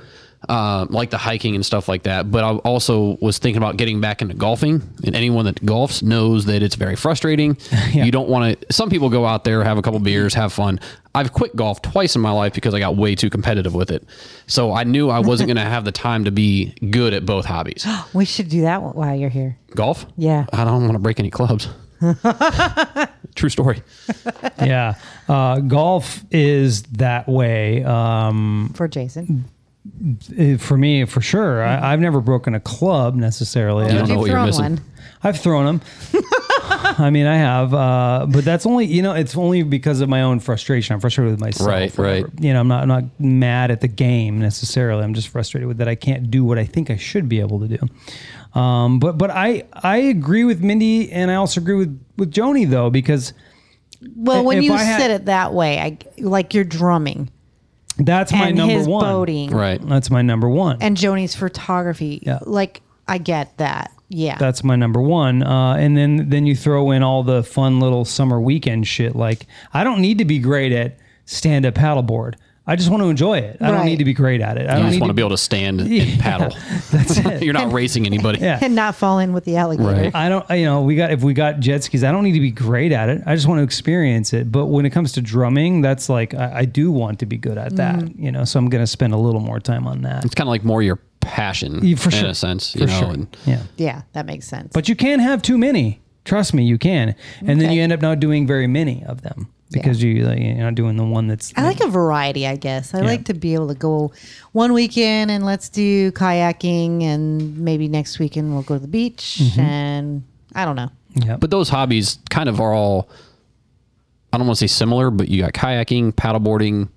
uh, like the hiking and stuff like that. But I also was thinking about getting back into golfing. And anyone that golfs knows that it's very frustrating. You don't want to. Some people go out there, have a couple beers, have fun. I've quit golf twice in my life because I got way too competitive with it. So I knew I wasn't going to have the time to be good at both hobbies.
We should do that while you're here.
Golf?
Yeah.
I don't want to break any clubs. True story.
yeah. Uh, golf is that way. Um,
For Jason.
it- for me, for sure.
Mm-hmm.
I, I've never broken a club necessarily. Uh,
don't
You've
know what you're
thrown
missing.
one.
I've thrown them. I mean, I have, uh, but that's only you know, it's only because of my own frustration. I'm frustrated with myself.
Right, right.
You know, I'm not I'm not mad at the game necessarily. I'm just frustrated with that I can't do what I think I should be able to do. Um, but but I I agree with Mindy, and I also agree with with Joni though because
Well, when
If
you
I had-
said it that way, I, like you're drumming
that's my
and
number
his
one.
boating
Right.
That's my number one.
and Joni's photography.
Yeah.
Like I get that. Yeah.
that's my number one. Uh, and then then you throw in all the fun little summer weekend shit. Like I don't need to be great at stand up paddleboard. I just want to enjoy it. I
Right.
don't need to be great at it. I
I
don't
just
need
want to be able to stand and paddle.
That's it.
You're not racing anybody.
Yeah.
and not fall in with the alligator.
Right.
I don't. You know, we got if we got jet skis. I don't need to be great at it. I just want to experience it. But when it comes to drumming, that's like I, I do want to be good at that.
Mm-hmm.
You know, so I'm going to spend a little more time on that.
It's kind of like more your passion
Yeah, for
in
sure.
a sense, you
For
know.
sure.
And
yeah.
Yeah, that makes sense.
But you can have too many. Trust me, you can. And then
Okay.
you end up not doing very many of them because you like, you're not doing the one that's.
I like a variety, I guess. I like to be able to go one weekend and let's do kayaking, and maybe next weekend we'll go to the beach.
Mm-hmm.
And I don't know.
Yeah.
but those hobbies kind of are all I don't want to say similar, but you got kayaking, paddleboarding,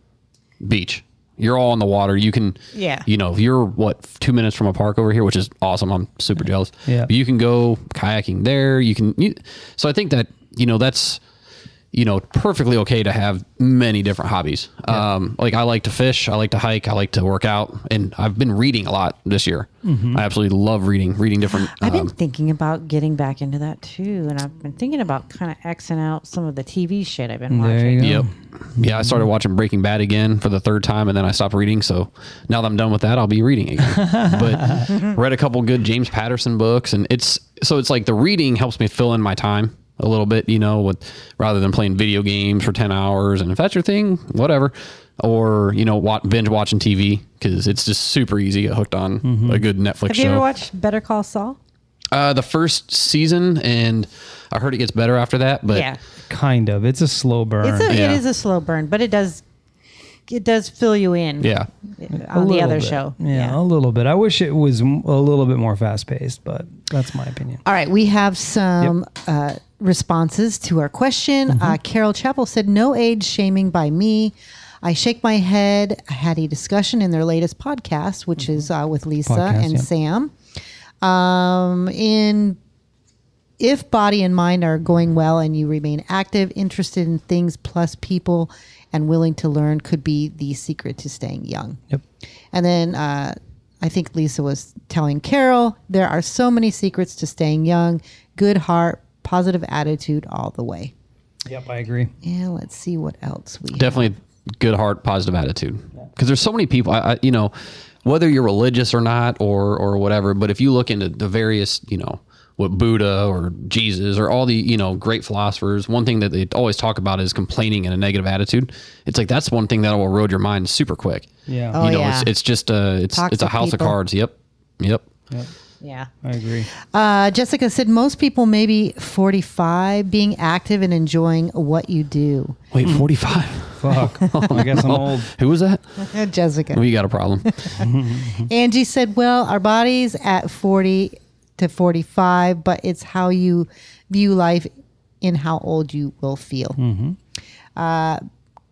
beach. You're all on the water. You can
Yeah.
You know, you're what 2 minutes from a park over here, which is awesome. I'm super jealous.
Yeah.
But you can go kayaking there. You can you, So I think that, you know, that's you know, perfectly okay to have many different hobbies. Um, like I like to fish, I like to hike, I like to work out, and I've been reading a lot this year.
Mm-hmm.
I absolutely love reading, reading different.
I've been
um,
thinking about getting back into that too, and I've been thinking about kind of Xing out some of the TV shit I've been
there
watching.
you go.
Yep. Yeah, I started watching Breaking Bad again for the third time, and then I stopped reading. So now that I'm done with that, I'll be reading again. but read a couple good James Patterson books, and it's so it's like the reading helps me fill in my time a little bit, you know, with rather than playing video games for ten hours. And if that's your thing, whatever. Or you know, wa binge watching TV because it's just super easy to get hooked on a good Netflix
Have
show.
you ever watched Better Call Saul?
uh, the first season, and I heard it gets better after that. But
Yeah,
Kind of. It's a slow burn.
it's a,
Yeah.
it is a slow burn, but it does it does fill you in.
yeah,
A
on the
little
other
bit.
show.
Yeah, a little bit. I wish it was m- a little bit more fast paced, but that's my opinion.
All right, we have some uh, responses to our question.
Mm-hmm.
Uh, Carol Chappell said, "No age shaming by me." I shake my head. I had a discussion in their latest podcast, which is uh, with Lisa
Mm-hmm. Podcast,
and
yeah.
Sam. Um, in if body and mind are going well and you remain active, interested in things plus people, and willing to learn, could be the secret to staying young.
Yep.
And then uh, I think Lisa was telling Carol there are so many secrets to staying young good heart, positive attitude all the way.
Yep, I agree.
Yeah, let's see what else we have.
definitely good heart positive attitude because there's so many people I, I you know whether you're religious or not or or whatever but if you look into the various you know what buddha or jesus or all the you know great philosophers one thing that they always talk about is complaining and a negative attitude it's like that's one thing that will erode your mind super quick
Yeah.
Oh,
you know
yeah.
it's, it's just uh it's it's a
Toxic
house
people.
of cards yep yep
Yeah.
I agree.
Uh, Jessica said most people maybe 45 being active and enjoying what you do.
wait 45
Fuck.
Oh,
I guess I'm old.
Oh, who was that
Jessica.
we got a problem
Mm-hmm.
Angie said, Well, our bodies at 40 to 45, but it's how you view life in how old you will feel.
Mm-hmm.
Uh,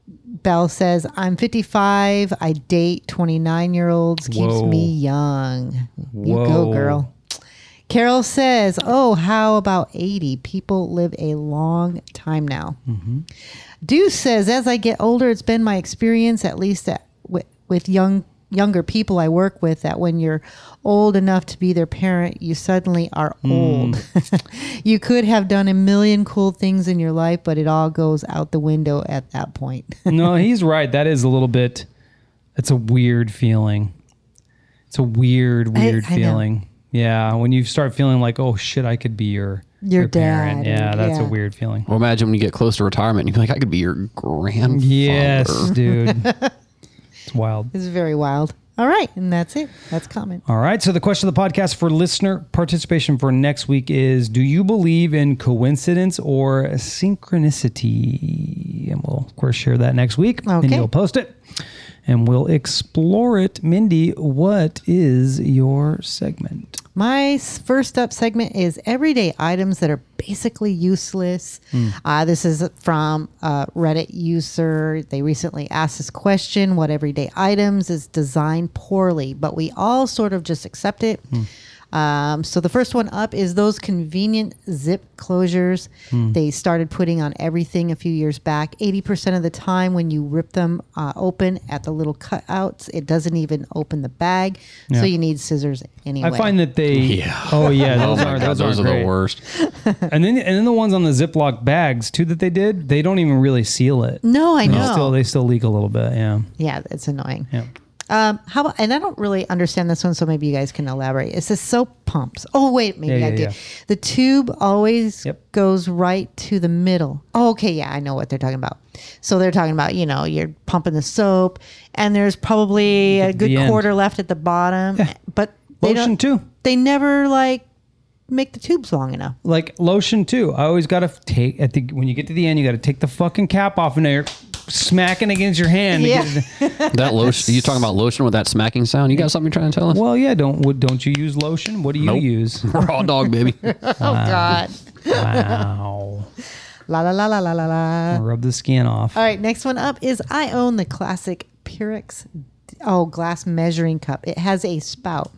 Belle says, I'm 55. I date 29 year olds. Keeps
Whoa.
me young. You go,
Whoa.
girl. Carol says, Oh, how about 80? People live a long time now. Deuce says, as I get older, it's been my experience, at least at, with, with young younger people I work with, that when you're old enough to be their parent, you suddenly are old. you could have done a million cool things in your life, but it all goes out the window at that point.
No, he's right. That is a little bit. It's a weird feeling. It's a weird,
I-
weird
I know.
feeling. Yeah, when you start feeling like, oh shit, I could be your
Your
parent.
dad,
Yeah,
and-
that's a
yeah.
weird feeling.
Well, imagine when you get close to retirement, you're like, I could be your grandfather.
Yes, dude. It's wild.
It's very wild. All right, and that's it. That's common.
All right. So the question of the podcast for listener participation for next week is: Do you believe in coincidence or synchronicity? And we'll of course share that next week.
Okay.
Mindy will post it, and we'll explore it. Mindy, what is your segment?
My s- first up segment is everyday items that are basically useless.
Hmm.
Uh, this is from a Reddit user. They recently asked this question What everyday items is designed poorly? But we all sort of just accept it.
Hmm.
Um, so the first one up is those convenient zip closures
Hmm.
they started putting on everything a few years back. 80% of the time when you rip them uh, open at the little cutouts, it doesn't even open the bag.
Yeah.
So you need scissors anyway.
I find that they.
Yeah.
Oh yeah,
Oh
those
my
are
God,
those,
those are
great.
the worst.
And then and then the ones on the Ziploc bags too that they did, they don't even really seal it.
No, I
They
know.
Still, they still leak a little bit. Yeah.
yeah, it's annoying.
Yeah.
Um, how about, and I don't really understand this one, so maybe you guys can elaborate. It says soap pumps. Oh wait, maybe
Yeah,
I
yeah,
do.
yeah.
The tube always
Yep.
goes right to the middle. Oh, okay, yeah, I know what they're talking about. So they're talking about you know you're pumping the soap, and there's probably a good
the end.
quarter left at the bottom,
Yeah.
but they
Lotion
don't-
too.
They never like make the tubes long enough.
Like lotion too. I always gotta f- take at the when you get to the end, you gotta take the fucking cap off, and you're smacking against your hand. to
Yeah.
get it-
That lotion, you talking about lotion with that smacking sound? You got something you're trying to tell us?
well, yeah. Don't what, don't you use lotion? What do you
Nope.
use?
Raw dog, baby.
Oh
Uh,
God,
Wow.
la la la la la la la.
Rub the skin off.
All right, next one up is I own the classic Pyrex oh glass measuring cup. It has a spout,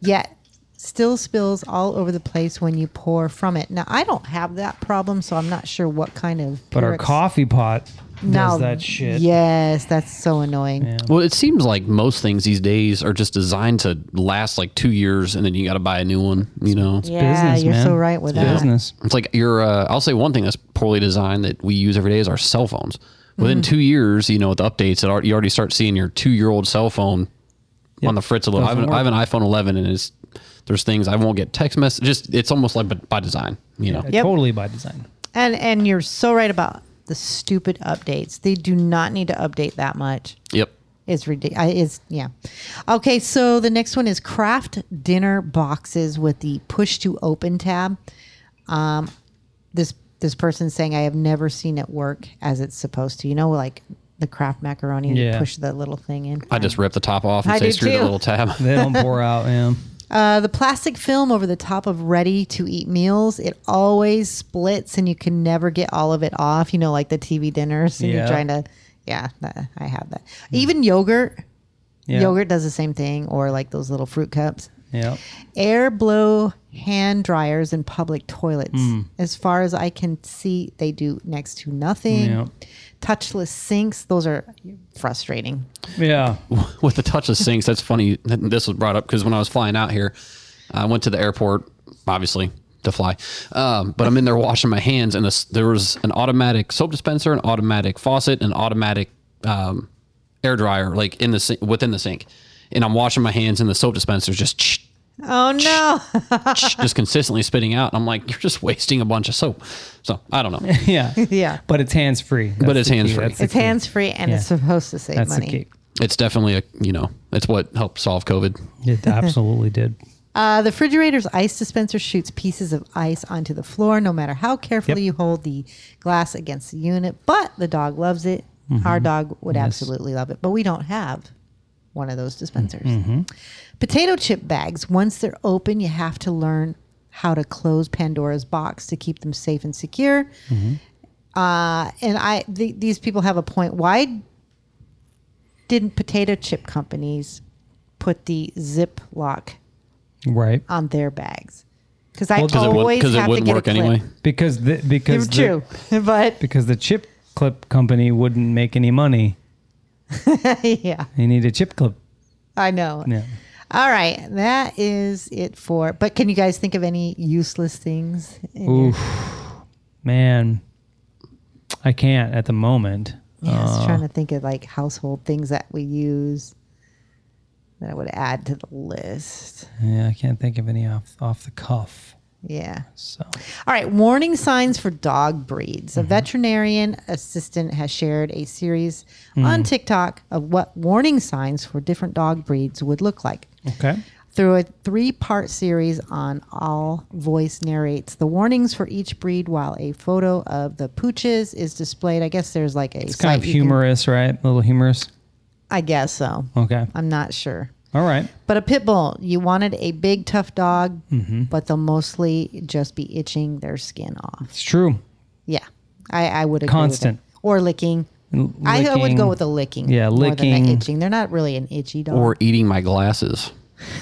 yet still spills all over the place when you pour from it. Now I don't have that problem, so I'm not sure what kind of
But our
Pyrex-
coffee pot
Now,
does that shit.
Yes, that's so annoying.
Well, it seems like most things these days are just designed to last like two years, and then you got to buy a new one. You know,
Yeah,
business,
you're
man.
so right with
It's
that.
Business.
It's like your. Uh, I'll say one thing that's poorly designed that we use every day is our cell phones. Within two years, you know, with the updates, it, al- you already start seeing your two-year-old cell phone on the fritz a little. I have, an, I have an iPhone 11, and it's there's things I won't get text messages. Just it's almost like by, by design, you know.
Yep.
Totally by design.
And and you're so right about the stupid updates. They do not need to update that much.
Yep.
It's ridiculous. It's yeah. Okay, so the next one is craft dinner boxes with the push to open tab. Um, this this person's saying I have never seen it work as it's supposed to. You know, like the craft macaroni, and you
Yeah.
push the little thing in.
I just rip the top off and
I
say
do
screw the
too.
little tab.
They don't pour out. Yeah.
Uh, the plastic film over the top of ready to eat meals, it always splits and you can never get all of it off. You know, like the TV dinners. And
Yeah. Hmm.
You're trying to, yeah, that, I have that. Even yogurt,
yeah.
yogurt does the same thing, or like those little fruit cups.
Yeah.
air blow hand dryers in public toilets.
Hmm.
As far as I can see, they do next to nothing.
Yeah.
Touchless sinks, those are frustrating.
Yeah.
with the touch of sinks. That's funny. that This was brought up because when I was flying out here, I went to the airport, obviously to fly. Um, but I'm in there washing my hands, and this, there was an automatic soap dispenser, an automatic faucet, an automatic um, air dryer, like in the sink, within the sink. And I'm washing my hands, and the soap dispenser is just
Oh no.
just consistently spitting out. And I'm like, you're just wasting a bunch of soap. So I don't know.
Yeah.
Yeah.
But it's hands free. That's
it's
the key.
hands-free.
That's the
It's
key.
hands free and it's
Yeah.
supposed to save
That's
money.
the key.
It's definitely a you know, it's what helped solve COVID.
It absolutely did.
Uh, the refrigerator's ice dispenser shoots pieces of ice onto the floor no matter how carefully
Yep.
you hold the glass against the unit, but the dog loves it. Our dog would absolutely love it, but we don't have one of those dispensers. Potato chip bags, once they're open, you have to learn how to close Pandora's box to keep them safe and secure. Uh, and I, th- these people have a point. Why didn't potato chip companies put the Ziploc
Right.
on their bags because I
Well, 'cause
Because it,
always
would,
have
it
to
wouldn't
get
work
a clip.
anyway.
Because the because the,
True, but
because the chip clip company wouldn't make any money.
yeah,
They need a chip clip.
I know.
Yeah.
All right, that is it for. But can you guys think of any useless things? in your-
Man, I can't at the moment. Uh,
uh,
yeah, I was trying to think of like household things that we use. that I would add to the list.
Yeah, I can't think of any off off the cuff.
Yeah.
So
All right, warning signs for dog breeds.
Mm-hmm.
A veterinarian assistant has shared a series on
Mm.
TikTok of what warning signs for different dog breeds would look like.
okay,
Through a three part series on All Voice narrates the warnings for each breed while a photo of the pooches is displayed. I guess there's like a
it's kind of
site you can-
humorous, right? A little humorous.
I guess so.
Okay,
I'm not sure.
all right.
But a pit bull, you wanted a big, tough dog,
Mm-hmm.
but they'll mostly just be itching their skin off.
It's true.
Yeah, I, I would agree. with
Constant.
that. or licking. I I would
licking.
go with the licking.
Yeah,
more Than the
licking.
itching. They're not really an itchy dog.
Or eating my glasses.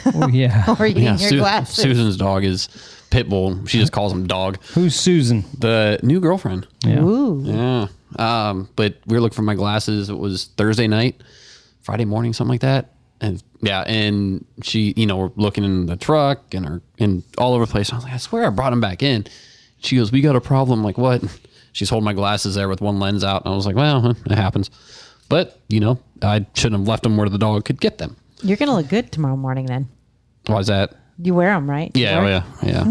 Oh, yeah.
Or Oh. eating your
Su-
glasses.
Susan's dog is pit bull. She just calls him dog.
Who's Susan?
The new girlfriend.
Yeah.
Ooh.
Yeah. Um, but we were looking for my glasses. It was Thursday night, Friday morning, something like that. And yeah, and she, you know, we're looking in the truck and her and all over the place. I was like, I swear I brought them back in. She goes, We got a problem. I'm like, what? She's holding my glasses there with one lens out. And I was like, Well, huh, it happens. But, you know, I shouldn't have left them where the dog could get them.
You're gonna look good tomorrow morning. Then
Why is that?
you wear them, right?
Yeah,
Or-
oh yeah,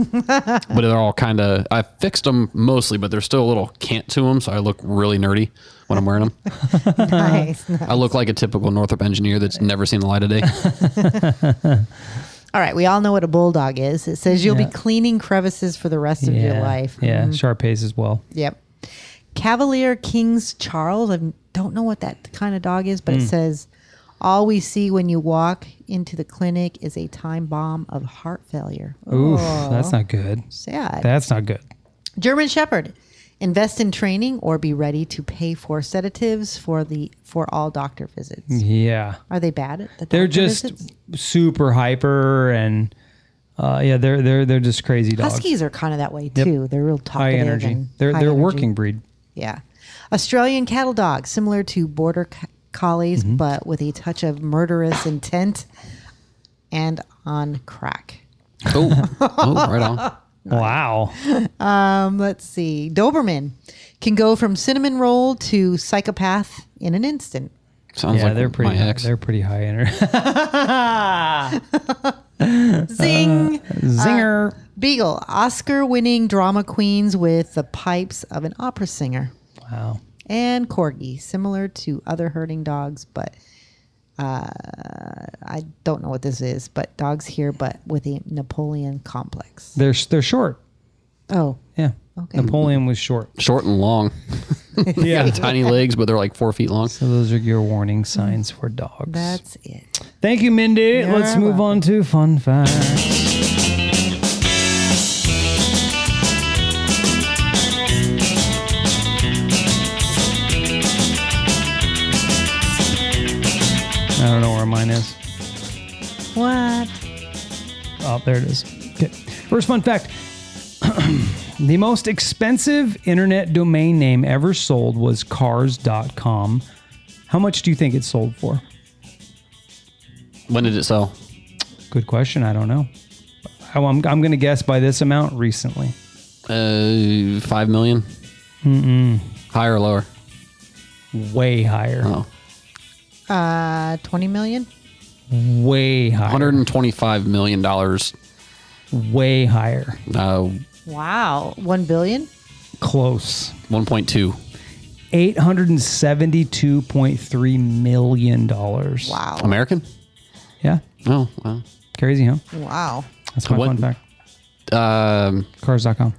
yeah. but they're all kind of. I fixed them mostly, but there's still a little cant to them, so I look really nerdy when I'm wearing them.
Uh-huh.
Nice.
I look like a typical Northrop engineer that's never seen the light of day.
All right, we all know what a bulldog is. It says you'll
Yeah.
be cleaning crevices for the rest of
yeah.
your life. Mm-hmm.
Yeah. Sharpays as well.
Yep. Cavalier King's Charles. I don't know what that kind of dog is, but
Hmm.
it says all we see when you walk into the clinic is a time bomb of heart failure.
Oof,
Oh,
that's not good.
sad.
That's not good.
German Shepherd. Invest in training or be ready to pay for sedatives for the for all doctor visits.
Yeah.
Are they bad at the
They're
doctor
just
visits?
super hyper and uh, yeah, they're they're they're just crazy dogs.
Huskies are kind of that way too. They're real
high
talkative.
energy.
and
They're
high
they're a
energy.
working breed.
Yeah. Australian cattle dog, similar to border c- collies,
Mm-hmm.
but with a touch of murderous intent and on crack.
oh, oh, right on.
Wow.
Um, let's see. Doberman can go from cinnamon roll to psychopath in an instant.
Sounds
yeah,
like
they're pretty
my
high,
ex.
they're pretty high energy.
Uh, Zing!
Uh, Zinger.
Beagle, Oscar winning drama queens with the pipes of an opera singer.
wow.
And Corgi, similar to other herding dogs, but uh, I don't know what this is, but dogs here, but with a Napoleon complex.
They're s- they're short.
Oh,
Yeah.
Okay.
Napoleon was short.
Short and long,
Yeah.
tiny legs, but they're like four feet long.
so those are your warning signs for dogs.
that's it.
Thank you, Mindy. Let's move on to fun facts. I don't know where mine is.
What?
Oh, there it is. Okay. First fun fact the most expensive internet domain name ever sold was cars.com. How much do you think it sold for?
When did it sell?
Good question. I don't know. I- I'm, I'm going to guess by this amount recently.
Uh, five million. Mm-mm. Higher or lower?
Way higher.
Oh.
Uh, 20 million?
Way higher.
125 million dollars.
Way higher.
Uh,
Wow. 1 billion?
Close.
1.2.
$872.3 million. Wow.
Wow.
American?
Yeah.
Oh, wow.
Crazy, huh?
Wow.
That's my
What-
fun fact.
Um,
Cars.com.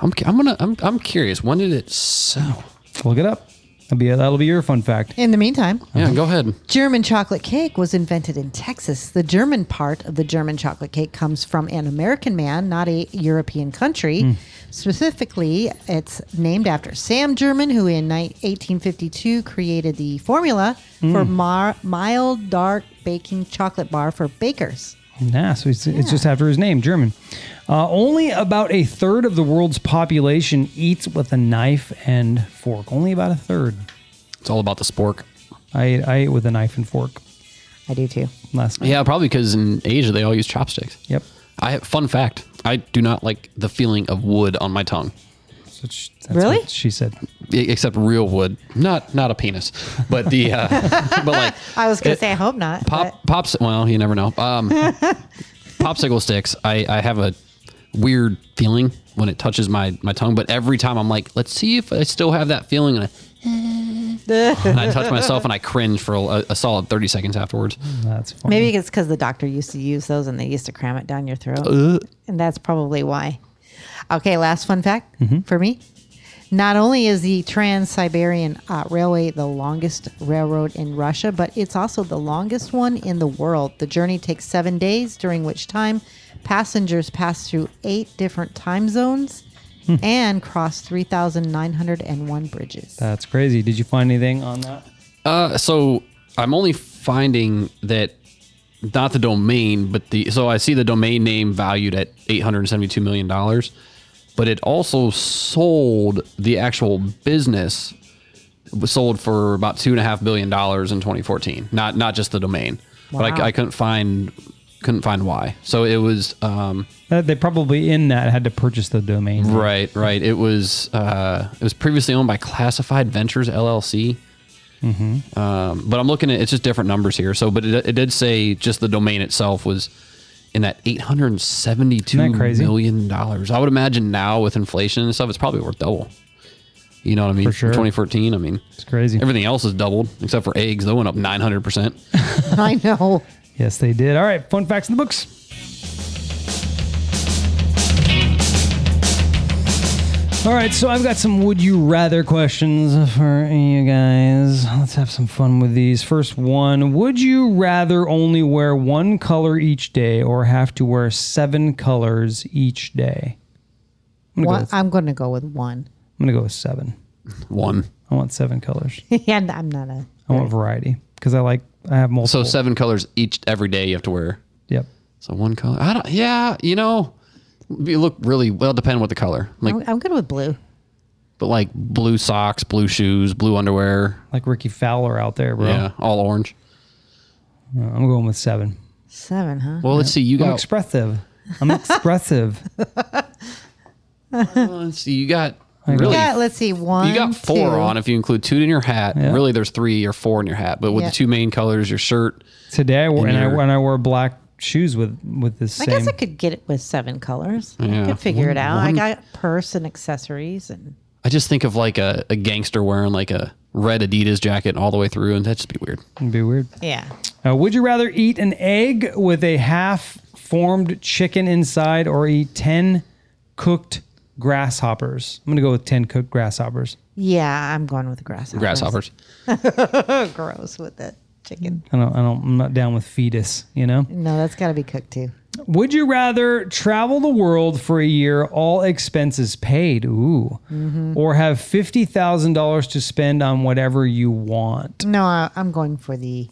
I'm, I'm gonna. I'm, I'm curious. When did it sell?
Look it up. That'll be, that'll be your fun fact.
In the meantime,
Yeah, go ahead.
German chocolate cake was invented in Texas. The German part of the German chocolate cake comes from an American man, not a European country. Specifically, it's named after Sam German, who in ni- 1852 created the formula for mar- mild dark baking chocolate bar for bakers.
Nah, so it's, it's just after his name, German. Uh, only about a third of the world's population eats with a knife and fork. Only about a third.
It's all about the spork.
I ate, I ate with a knife and fork
I do too.
last night.
Yeah, probably because in Asia they all use chopsticks.
Yep.
I fun fact: I do not like the feeling of wood on my tongue.
So sh- that's
Really?
what she said.
e- except real wood, not not a penis, but the uh, but like
I was gonna
it-
say I hope not.
pop pops. Well, you never know. Um, popsicle sticks. I I have a weird feeling when it touches my my tongue, but every time I'm like, let's see if I still have that feeling, and I,
but-
and I touch myself and I cringe for a, a solid thirty seconds afterwards.
That's funny.
Maybe it's because the doctor used to use those and they used to cram it down your throat. And that's probably why. Okay, last fun fact for me. Not only is the Trans Siberian uh, Railway the longest railroad in Russia, but it's also the longest one in the world. The journey takes seven days, during which time passengers pass through eight different time zones and cross 3,901 bridges.
That's crazy. Did you find anything on that?
Uh, so I'm only finding that not the domain, but the so I see the domain name valued at 872 million dollars, but it also sold the actual business It was sold for about two and a half billion dollars in 2014. Not not just the domain, but
Wow.
I, I couldn't find couldn't find why. So it was um,
That Uh, they probably in that had to purchase the domain.
Right, right. It was uh, it was previously owned by Classified Ventures LLC.
Mm-hmm.
Um, but I'm looking at it's just different numbers here. So, but it, it did say just the domain itself was in that 872
Isn't that crazy?
million dollars. I would imagine now with inflation and stuff, it's probably worth double. You know what I mean?
For sure.
2014. I mean,
It's crazy.
everything else has doubled except for eggs. They went up 900. percent
I know.
Yes, they did. All right, fun facts in the books. All right, so I've got some would you rather questions for you guys. Let's have some fun with these. First one Would you rather only wear one color each day or have to wear seven colors each day? I'm
One,
going to
I'm going to go with one.
I'm gonna go with seven.
One.
I want seven colors,
and I'm not a.
I want variety because I like, I have
So
multiple.
seven colors each every day you have to wear.
Yep.
So one color. I don't. Yeah, you know, you look really well. Depend what the color. Like,
I'm- I'm good with blue.
but like blue socks, blue shoes, blue underwear.
Like Ricky Fowler out there, bro.
Yeah, all orange.
I'm going with seven.
Seven, huh?
Well, let's see. You
I'm
got.
expressive. I'm expressive.
let's see. You got really.
Yeah, let's see. One.
you got four
two.
on if you include two in your hat. Really, there's three or four in your hat. But with
Yeah.
the two main colors, your shirt.
Today I wore, and,
And
I
you're-
and I wore black shoes with with this
I
same.
guess I could get it with seven colors. I
Yeah.
could figure it out.
One-
I got purse and accessories and
I just think of like a, a gangster wearing like a red Adidas jacket all the way through, and that'd just be weird.
It'd be weird.
yeah.
Uh, would you rather eat an egg with a half formed chicken inside, or eat ten cooked grasshoppers? I'm gonna go with ten cooked grasshoppers.
Yeah, I'm going with the grasshoppers.
Grasshoppers.
Gross with the chicken.
I don't. I don't. I'm not down with fetus. You know.
No, that's got to be cooked too.
Would you rather travel the world for a year, all expenses paid, ooh,
Mm-hmm.
or have fifty thousand dollars to spend on whatever you want?
No, I, I'm going for the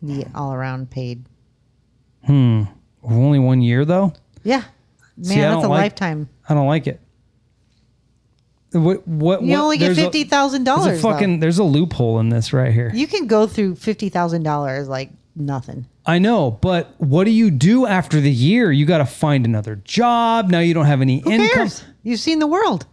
the all around paid.
Only one year though.
Yeah. Man,
I
that's
don't
a
like-
lifetime.
I don't like it. What? What?
You
what-
only get
there's a-
fifty thousand dollars.
There's a fucking. There's a loophole in this right here.
You can go through fifty thousand dollars like nothing.
I know, but what do you do after the year? You got to find another job. Now you don't have any
Who
income.
cares? You've seen the world.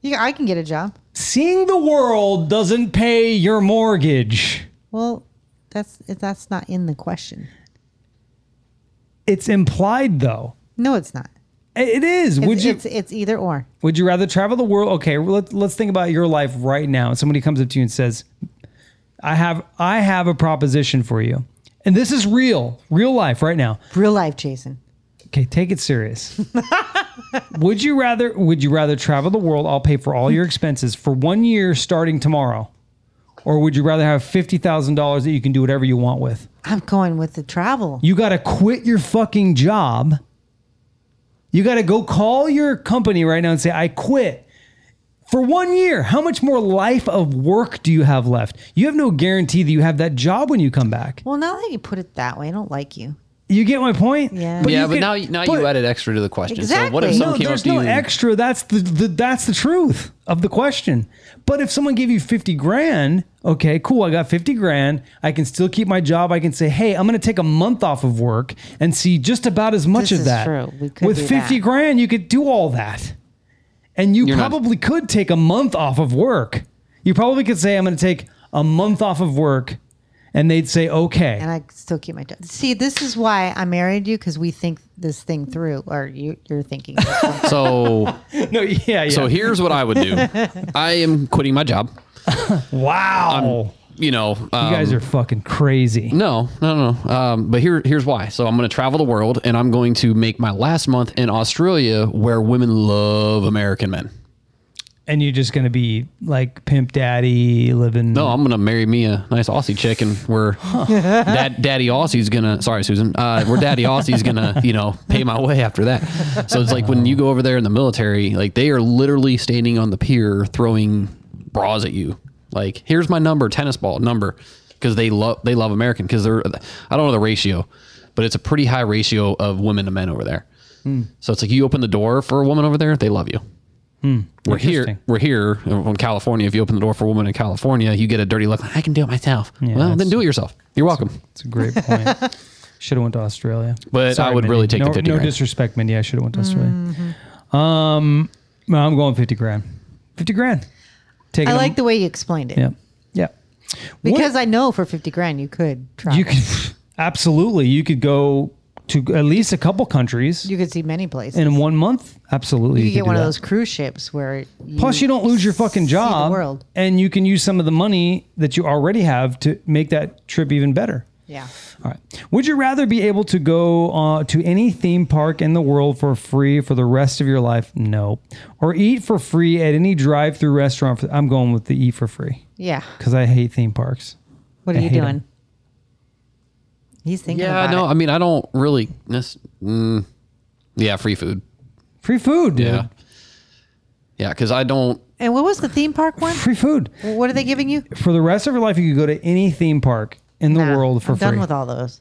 You, I can get a job.
Seeing the world doesn't pay your mortgage.
Well, that's that's not in the question.
It's implied though.
No, it's not.
It is.
It's,
Would you?
It's, it's either or.
Would you rather travel the world? Okay, let, let's think about your life right now. Somebody comes up to you and says, "I have I have a proposition for you." And this is real, real life right now.
Real life, Jason.
Okay, take it serious. would you rather would you rather travel the world, I'll pay for all your expenses for 1 year starting tomorrow? Or would you rather have $50,000 that you can do whatever you want with?
I'm going with the travel.
You got to quit your fucking job. You got to go call your company right now and say, I quit. For one year, how much more life of work do you have left? You have no guarantee that you have that job when you come back.
Well, now that you put it that way, I don't like you.
You get my point?
Yeah.
yeah,
you
but
can-
now now
but-
you added extra to the question. So what if
Exactly.
someone
no,
came up
there's
to
no
you? and-
extra. That's the, the that's the truth of the question. But if someone gave you fifty grand, okay, cool. I got fifty grand. I can still keep my job. I can say, hey, I'm going to take a month off of work and see just about as much
This
of
is
that.
true. We could
With
do
fifty
that.
grand, you could do all that. And you
You're not-
probably could take a month off of work. You probably could say, I'm going to take a month off of work. And they'd say, okay.
and I still keep my job. See, this is why I married you because we think this thing through, or you, you're thinking. this thing.
So
no, yeah, yeah.
so here's what I would do. I am quitting my job.
wow.
You know, um,
you guys are fucking crazy.
No, no, no. Um, but here, here's why. So I'm going to travel the world, and I'm going to make my last month in Australia, where women love American men.
And you're just going to be like pimp daddy living.
No, I'm going to marry me a nice Aussie chick, and we're dad, Daddy Aussie's going to. Sorry, Susan. Uh, we're Daddy Aussie's going to, you know, pay my way after that. So it's like when you go over there in the military, like they are literally standing on the pier throwing bras at you. Like, here's my number, tennis ball number, because they love they love American because they're. I don't know the ratio, but it's a pretty high ratio of women to men over there. So it's like you open the door for a woman over there, they love you. We're
Interesting.
here. We're here in California. If you open the door for a woman in California, you get a dirty look. Like, I can do it myself. well,
that's-
then do it yourself. You're welcome.
It's a great point. should have went to Australia.
But I would
Mindy.
really take
no,
the 50
No
grand.
disrespect, Mindy. I should have went to Australia.
Mm-hmm.
Um, no, I'm going 50 grand. 50 grand. Take
I
it.
like the way you explained it
Yeah. Yeah.
because I know for fifty grand you could try.
you could absolutely you could go to at least a couple countries
you could see many places.
in one month. Absolutely.
you could get
could
one
do
of
that.
those cruise ships where. You
Plus, you don't lose your fucking
see the
job,
world.
and you can use some of the money that you already have to make that trip even better.
Yeah.
All right. Would you rather be able to go uh, to any theme park in the world for free for the rest of your life? No. Or eat for free at any drive-through restaurant? For, I'm going with the eat for free
Yeah.
because I hate theme parks.
What are
I
you
hate
doing?
'em.
He's thinking
Yeah,
about
no,
it.
I mean, I don't really. This, mm, yeah, free food.
Free food, dude.
Yeah, yeah, because I don't.
And what was the theme park one?
Free food
What are they giving you?
for the rest of your life. You could go to any theme park in the
Nah,
world for
I'm
free,
done with all those.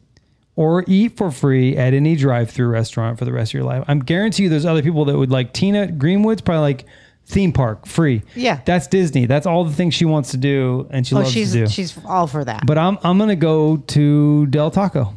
or eat for free at any drive-through restaurant for the rest of your life. I'm guarantee you, there's other people that would like Tina Greenwood's probably like theme park free.
Yeah.
that's Disney. That's all the things she wants to do, and she
Oh,
loves
she's
to do.
she's all for that.
But I'm I'm gonna go to Del Taco.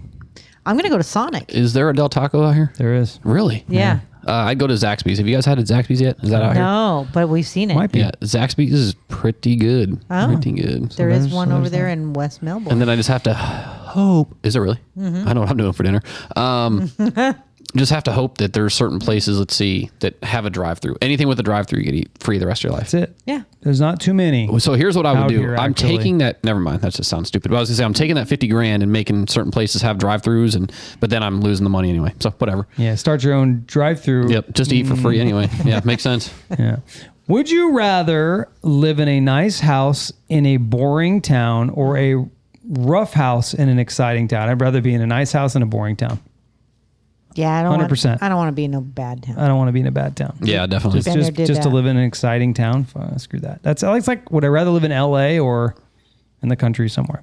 I'm gonna go to Sonic.
Is there a Del Taco out here?
There is.
Really?
Yeah.
Uh, I'd go to Zaxby's. Have you guys had a Zaxby's yet? Is that out here?
No, but we've seen it.
Might be.
Yeah, Zaxby's is pretty good. Pretty good.
There is
there's-
one over
there's
there in West Melbourne.
and then I just have to hope. Is it really?
Mm-hmm.
I know what I'm doing for dinner. Um, just have to hope that there's certain places. Let's see that have a drive-through. Anything with a drive-through, you get eat free the rest of your life.
That's it.
yeah.
There's not too many.
So here's what I would
Out
do.
here,
I'm
actually.
taking that. Never mind. That just sounds stupid. But I was gonna say I'm taking that 50 grand and making certain places have drive-throughs, and but then I'm losing the money anyway. So whatever.
Yeah. Start your own drive-through.
Yep. Just eat for free
Mm.
anyway. Yeah, makes sense.
Yeah. Would you rather live in a nice house in a boring town or a rough house in an exciting town? I'd rather be in a nice house in a boring town.
Yeah, I don't
100%.
Want, I don't want to be in no bad town.
I don't want to be in a bad town.
Yeah, definitely.
Been there,
just
did
just to
that.
live in an exciting town. Fuck, Screw that. That's it's like would I rather live in L.A. or in the country somewhere?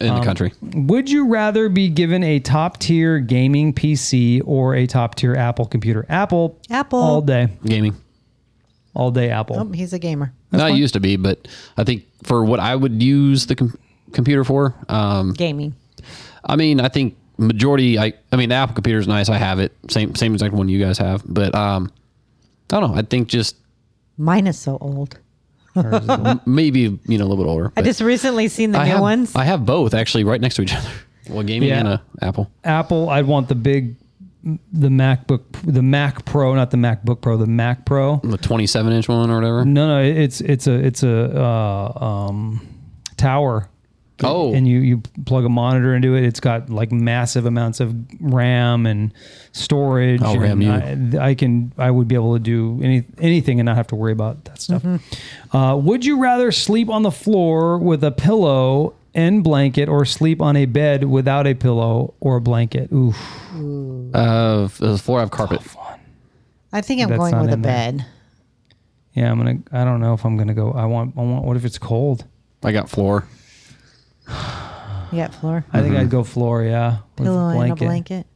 In
um,
the country.
Would you rather be given a top tier gaming PC or a top tier Apple computer? Apple.
Apple.
All day.
Gaming.
All day Apple.
Oh, he's a gamer.
Uh,
Not used to be, but I think for what I would use the com- computer for, um,
Gaming.
I mean, I think majority. I I mean, the Apple computer's nice. I have it. Same same exact one you guys have. But um, I don't know. I think just
Mine is so old.
m- maybe you know a little bit older.
I just recently seen the
I
new
have,
ones.
I have both actually right next to each other. Well, gaming
Yeah.
and a Apple.
Apple, I'd want the big the MacBook the Mac Pro, not the MacBook Pro, the Mac Pro.
The 27 inch one or whatever.
No, no, it's it's a it's a uh, um, tower.
Oh.
and you you plug a monitor into it. It's got like massive amounts of RAM and storage.
Oh, RAM,
and I, I can I would be able to do any anything and not have to worry about that stuff. Uh, would you rather sleep on the floor with a pillow and blanket, or sleep on a bed without a pillow or a blanket? Oof.
Uh, f- the floor I have carpet.
I think I'm
That's
going
not
with a
in there.
bed.
Yeah, I'm gonna. I don't know if I'm gonna go. I want. I want. What if it's cold?
I got floor.
Yeah, floor.
I think I'd go floor. Yeah, with
Pillow and a blanket.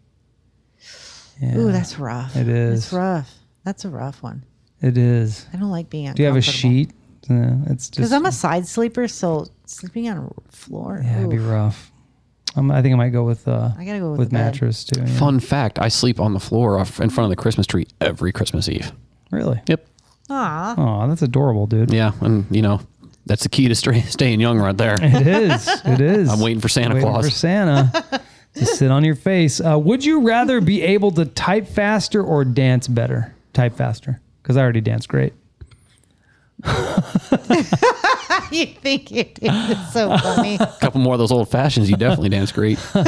Yeah,
Ooh, that's rough.
It
It's
is.
rough. That's a rough one.
it is.
I don't like being
Do you have a sheet? Yeah, it's just.
Because I'm a side sleeper, so sleeping on a floor.
yeah, it'd be
oof.
rough. I'm, I think I might go with. Uh,
I gotta go with
with
the bed.
mattress too. yeah.
Fun fact: I sleep on the floor off in front of the Christmas tree every Christmas Eve.
Really?
Yep.
Aw.
Oh, that's adorable, dude.
Yeah, and you know that's the key to stray, staying young, right there.
It is. It is.
I'm waiting for Santa
Waiting
Claus.
for Santa to sit on your face. Uh, would you rather be able to type faster or dance better? Type faster, because I already dance great.
you think it is. It's so funny.
A couple more of those old fashions, you definitely dance great.
I'm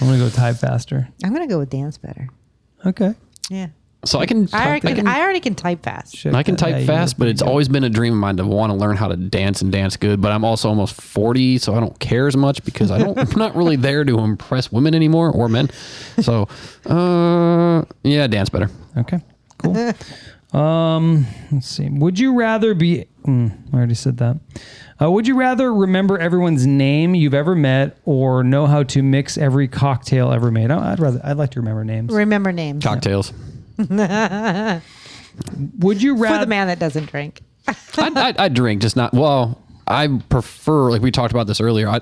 gonna go type faster.
I'm going to go with dance better.
Okay.
Yeah.
So I can
I
type,
already,
I
can,
can,
I already can type fast.
Shit,
I can
that- yeah,
type
you-
fast, but it's always been a dream of mine to want to learn how to dance and dance good. But I'm also almost 40, so I don't care as much because I don't. I'm not really there to impress women anymore or men. So, uh, yeah, dance better.
Okay. Cool. um, let's see. Would you rather be? Mm, I already said that. Uh, would you rather remember everyone's name you've ever met, or know how to mix every cocktail ever made? I- I'd rather. I'd like to remember names.
Remember names.
Cocktails.
Would you rather?
For the man that doesn't drink.
I, I, I drink, just not. Well, I prefer, like we talked about this earlier. I,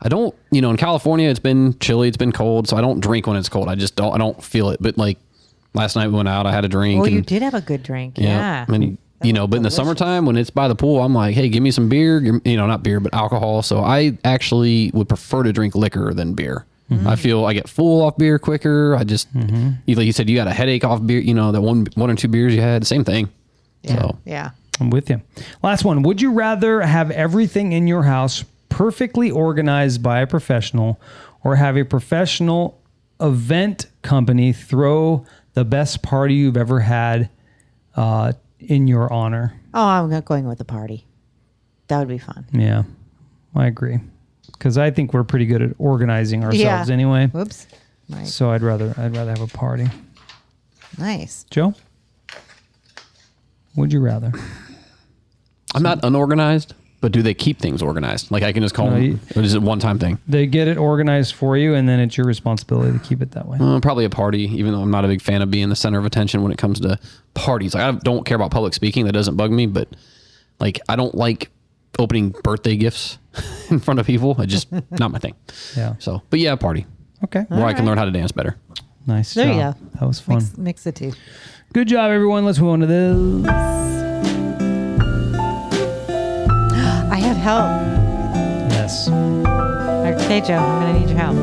I don't, you know, in California, it's been chilly, it's been cold, so I don't drink when it's cold. I just don't, I don't feel it. But like last night we went out, I had a drink.
Well,
and,
Oh, you did have a good drink. Yeah.
I mean, you know, but in the summertime when it's by the pool, I'm like, hey, give me some beer. give- You know, not beer, but alcohol. So I actually would prefer to drink liquor than beer.
Mm-hmm.
I feel I get full off beer quicker. I just, you- like you said, you got a headache off beer. You know, that one one or two beers you had, same thing.
yeah.
So
yeah.
I'm with you. Last one. Would you rather have everything in your house perfectly organized by a professional or have a professional event company throw the best party you've ever had uh, in your honor?
Oh, I'm go- going with the party. That would be fun.
Yeah, I agree. Because I think we're pretty good at organizing ourselves
yeah.
anyway.
Whoops. Right.
So I'd rather I'd rather have a party.
Nice.
Joe, would you rather?
I'm not unorganized, but do they keep things organized? Like I can just call
No,
them,
you-
or is it one time thing?
They get it organized for you, and then it's your responsibility to keep it that way.
Uh, probably a party, even though I'm not a big fan of being the center of attention when it comes to parties. Like, I don't care about public speaking; that doesn't bug me. But like, I don't like opening birthday gifts in front of people. It's just not my thing.
Mm.
Yeah.
So, but yeah, a party
Okay.
where I can learn how to dance better.
Nice.
There you
job.
go.
That was fun.
Mix, mix the two.
Good job, everyone. Let's move on to this.
I have help.
Yes.
Okay, Joe, I'm going to need your help.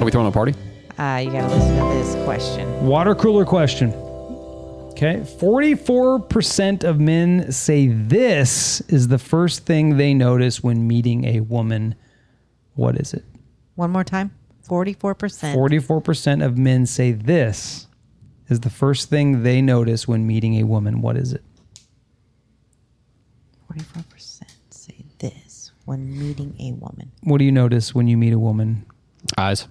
Are we throwing a party?
Uh, you got to listen to this question.
Water cooler question. Okay. 44% of men say this is the first thing they notice when meeting a woman. What is it?
One more time 44%.
44% of men say this is the first thing they notice when meeting a woman. What is it?
44% say this when meeting a woman.
What do you notice when you meet a woman?
Eyes.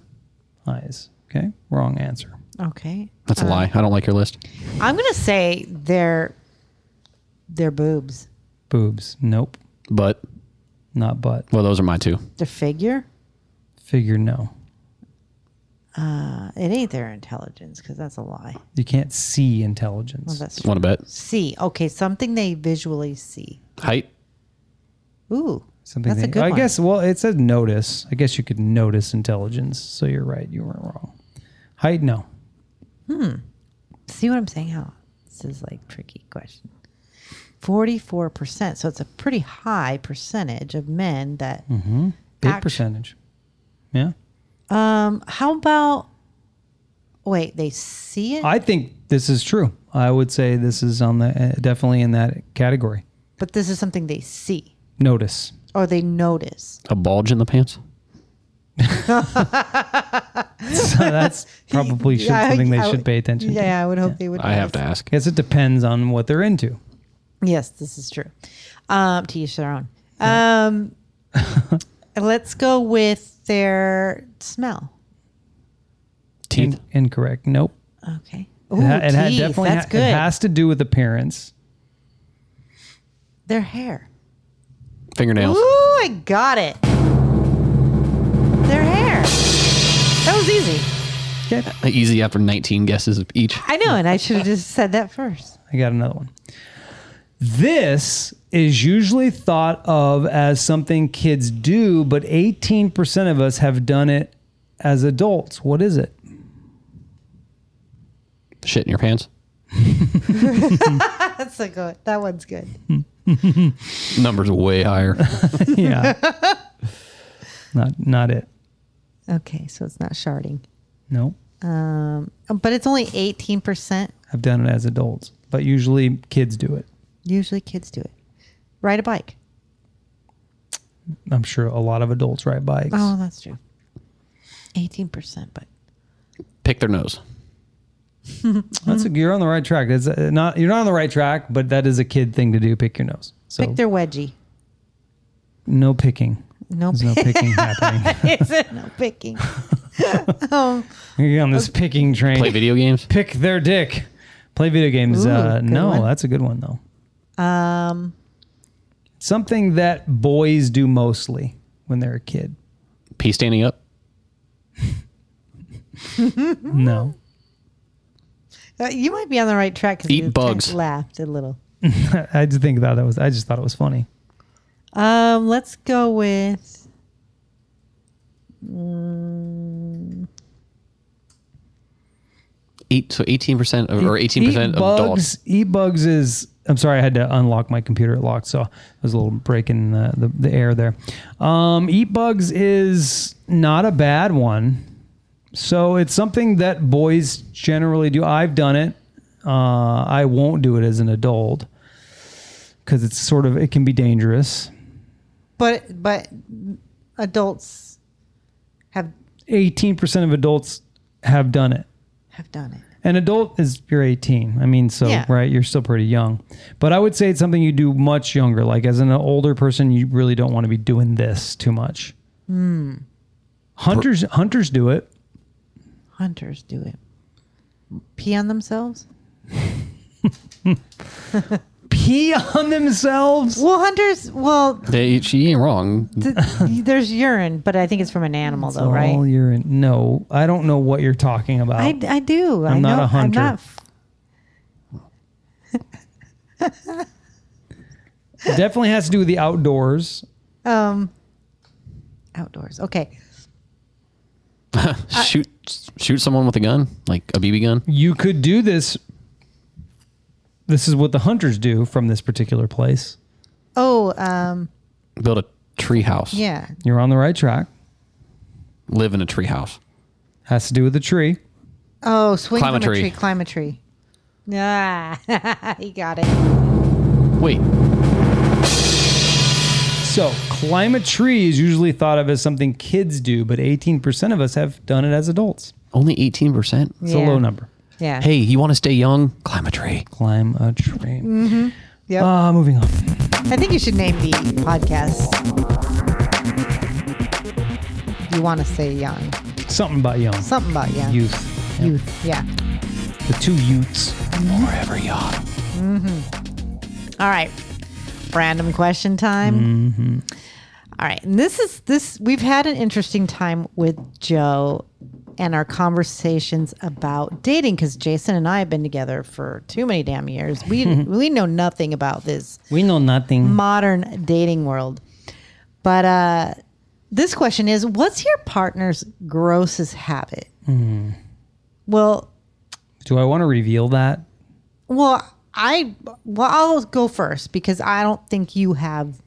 Eyes. Okay. Wrong answer.
Okay.
That's a lie. I don't like your list.
I'm going to say they're, they're boobs,
Boobs. Nope.
But
Not butt.
well, those are my two.
their figure.
Figure no.
Uh, it ain't their intelligence because that's a lie.
You can't see
Well,
intelligence.
that's true.
Want to bet?
See. Okay, something they visually see.
Height.
Ooh.
Something
that's
that-
a good
I
one.
guess. Well, it said notice. I guess you could notice intelligence. So you're right. You weren't wrong. Height, no.
See what I'm saying? How this is like tricky question. Forty-four percent. So it's a pretty high percentage of men that.
Big
act-
percentage. Yeah.
Um. How about? Wait, they see it,
I think this is true. I would say this is on the uh, definitely in that category.
but this is something they see
Notice.
or they notice.
A bulge in the pants.
That's probably should,
Yeah, I-
something they
I
should
would-
pay attention to.
Yeah, I would hope they would.
I
notice.
have to ask.
guess it depends on what they're into.
Yes, this is true. Um, to each their own. Um, let's go with their smell.
Teeth.
In- incorrect. Nope.
Okay. Ooh,
it ha- it ha-
teeth.
definitely
That's
ha-
good.
it has to do with appearance.
their hair.
Fingernails.
Ooh, I got it. Their hair. That was easy.
Okay.
Easy after 19 guesses each.
I know, and I should have just said that first.
I got another one. This is usually thought of as something kids do, but 18% of us have done it as adults. What is it?
Shit in your pants.
That's a good. That one's good.
Numbers way higher.
yeah. not not it.
Okay, so it's not sharding,
No,
um, but it's only eighteen percent.
I've done it as adults, but usually kids do it.
Usually, kids do it. Ride a bike.
I'm sure a lot of adults ride bikes.
Oh, that's true. Eighteen percent, but
Pick their nose.
That's a,
Hmm.
you're on the right track. It's uh, not you're not on the right track, but that is a kid thing to do. Pick your nose. So
pick their wedgie.
no picking.
No,
There's no picking happening.
pick- no picking. um,
You're on this picking train.
Play video games.
Pick their dick. Play video games.
Ooh,
uh,
good
no,
one.
that's a good one though.
um,
Something that boys do mostly when they're a kid.
Pee standing up.
No,
uh, you might be on the right track. 'cause
Eat
you kinda
bugs.
Laughed a little. Mm.
I just think that that was. I just thought it was funny.
Um, let's go with. Mm,
Eight. So eighteen percent of or eighteen percent
Eat
of adults.
bugs. Eat bugs is. I'm sorry, I had to unlock my computer. It locked, so there was a little break in the, the, the air there. Um, eat bugs is not a bad one. So it's something that boys generally do. I've done it. Uh, I won't do it as an adult because it's sort of it can be dangerous.
but but adults have
Eighteen percent of adults have done it.
have done it.
An adult is you're 18. I mean, so
Yeah.
right, you're still pretty young. But I would say it's something you do much younger. Like as an older person, you really don't want to be doing this too much.
Hmm.
Hunters, hunters do it.
Hunters do it. Pee on themselves.
Pee on themselves.
Well, hunters. Well,
They, she ain't wrong.
th- there's urine, but I think it's from an animal, though, right?
All urine. No, I don't know what you're talking about.
I, I do. i
I'm
know,
not a hunter.
I'm not. f-
It definitely has to do with the outdoors.
Um, outdoors. Okay.
shoot. Shoot someone with a gun, like a BB gun.
You could do this. This is what the hunters do from this particular place.
Oh, um,
Build a tree house.
yeah.
You're on the right track.
Live in a tree house.
Has to do with the tree.
Oh, swing
Climb a
from a
tree.
tree. Climb a tree. Ah, he got it.
Wait.
So, climb a tree is usually thought of as something kids do, but 18% of us have done it as adults.
Only eighteen percent.
It's a
Yeah.
low number.
Yeah.
Hey, you want to stay young? Climb a tree.
Climb a tree.
Mm-hmm. Yep.
Uh, moving on.
I think you should name the podcast. You want to say young.
Something about young.
Something about young.
Youth. Yeah.
Youth. Yeah.
The two youths.
Forever young.
All right. Random question time. All right. And this is this we've had an interesting time with Joe and our conversations about dating because Jason and I have been together for too many damn years. We we know nothing about this
We know nothing.
modern dating world. But uh, this question is what's your partner's grossest habit? Well,
Do I want to reveal that?
well, I well, I'll go first because I don't think you have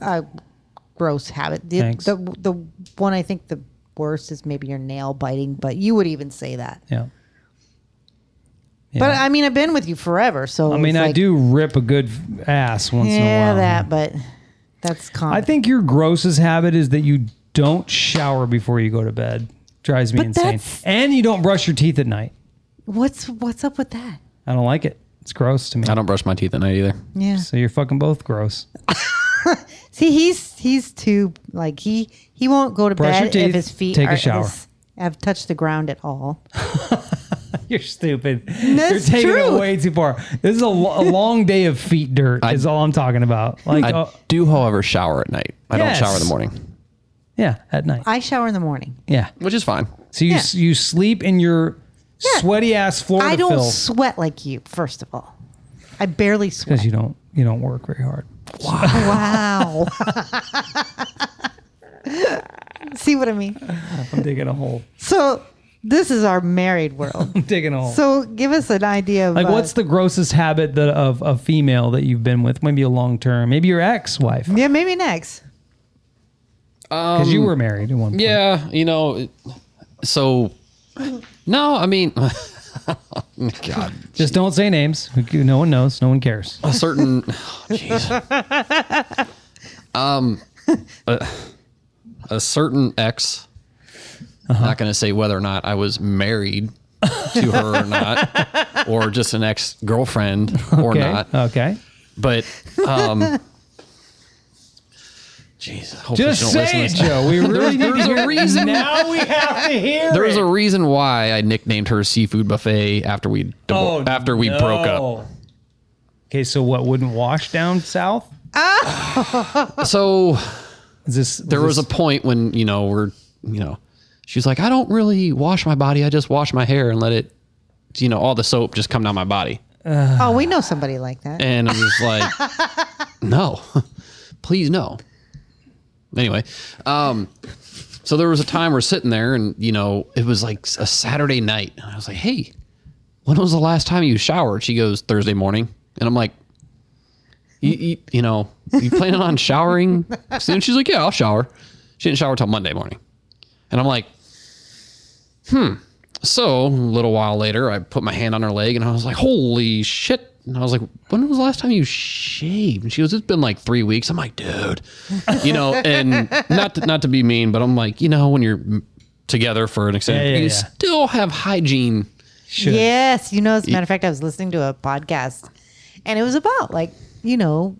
a gross habit. The,
Thanks.
the the one I think the worst is maybe your nail biting, but you would even say that.
Yeah.
But
Yeah.
I mean, I've been with you forever, so
I mean, I do rip a good f- ass once in a
Yeah,
while.
that, but that's common.
I think your grossest habit is that you don't shower before you go to bed. Drives me
But
insane.
that's-
And you don't brush your teeth at night.
what's what's up with that?
I don't like it. It's gross to me.
I don't brush my teeth at night either.
Yeah.
So you're fucking both gross.
See, he's he's too like he he won't go to
Brush your
bed
teeth,
if his feet
take a
are,
shower.
His, have touched the ground at all.
You're stupid. You're
That's
taking
true.
it way too far. This is a, lo- a long day of feet dirt. is all I'm talking about. Like,
I
uh,
do, however, shower at night. I
Yes.
don't shower in the morning,
yeah, at night.
I shower in the morning.
yeah.
which is fine.
So you s you sleep in your sweaty ass Florida
I don't
fill
sweat like you. First of all, I barely sweat.
because you don't you don't work very hard.
Wow. See what I mean?
I'm digging a hole.
So This is our married world.
Digging a hole.
so give us an idea of
like,
uh,
what's the grossest habit that of a female that you've been with? Maybe a long term. Maybe your ex wife
yeah maybe next.
because
Um,
you were married at one point.
Yeah, you know, it- so no, I mean, God,
Just don't say names. No one knows. No one cares.
a certain, jeez, um, a, a certain ex.
Uh-huh.
Not going to say whether or not I was married to her or not, or just an ex girlfriend or
okay. Uh.
not,
Okay.
but um. Jeez, I hope they
Just
don't listen
say
to
it,
this.
Joe. We really need to
There's
hear
a reason
Now we have to hear.
There's
it.
a reason why I nicknamed her seafood buffet after we
Oh,
divor- after we broke up.
no. Okay, so what wouldn't wash down south?
So
Is this
there was a point when you know we're you know she's like I don't really wash my body. I just wash my hair and let it you know all the soap just come down my body.
Oh, we know somebody like that.
And I'm just like no, please no. Anyway, um, so there was a time we're sitting there and you know it was like a Saturday night and I was like hey. When was the last time you showered? She goes Thursday morning, and I'm like, you, you, you know, you planning on showering soon? She's like, yeah, I'll shower. She didn't shower till Monday morning. And I'm like, hmm. So a little while later, I put my hand on her leg and I was like, holy shit. And I was like, when was the last time you shaved? And she goes, it's been like three weeks. I'm like, dude, you know, and not to, not to be mean, but I'm like, you know, when you're m- together for an extended,
Yeah, yeah,
you
yeah.
still have hygiene.
Yes, you know. As a matter of fact, I was listening to a podcast, and it was about like you know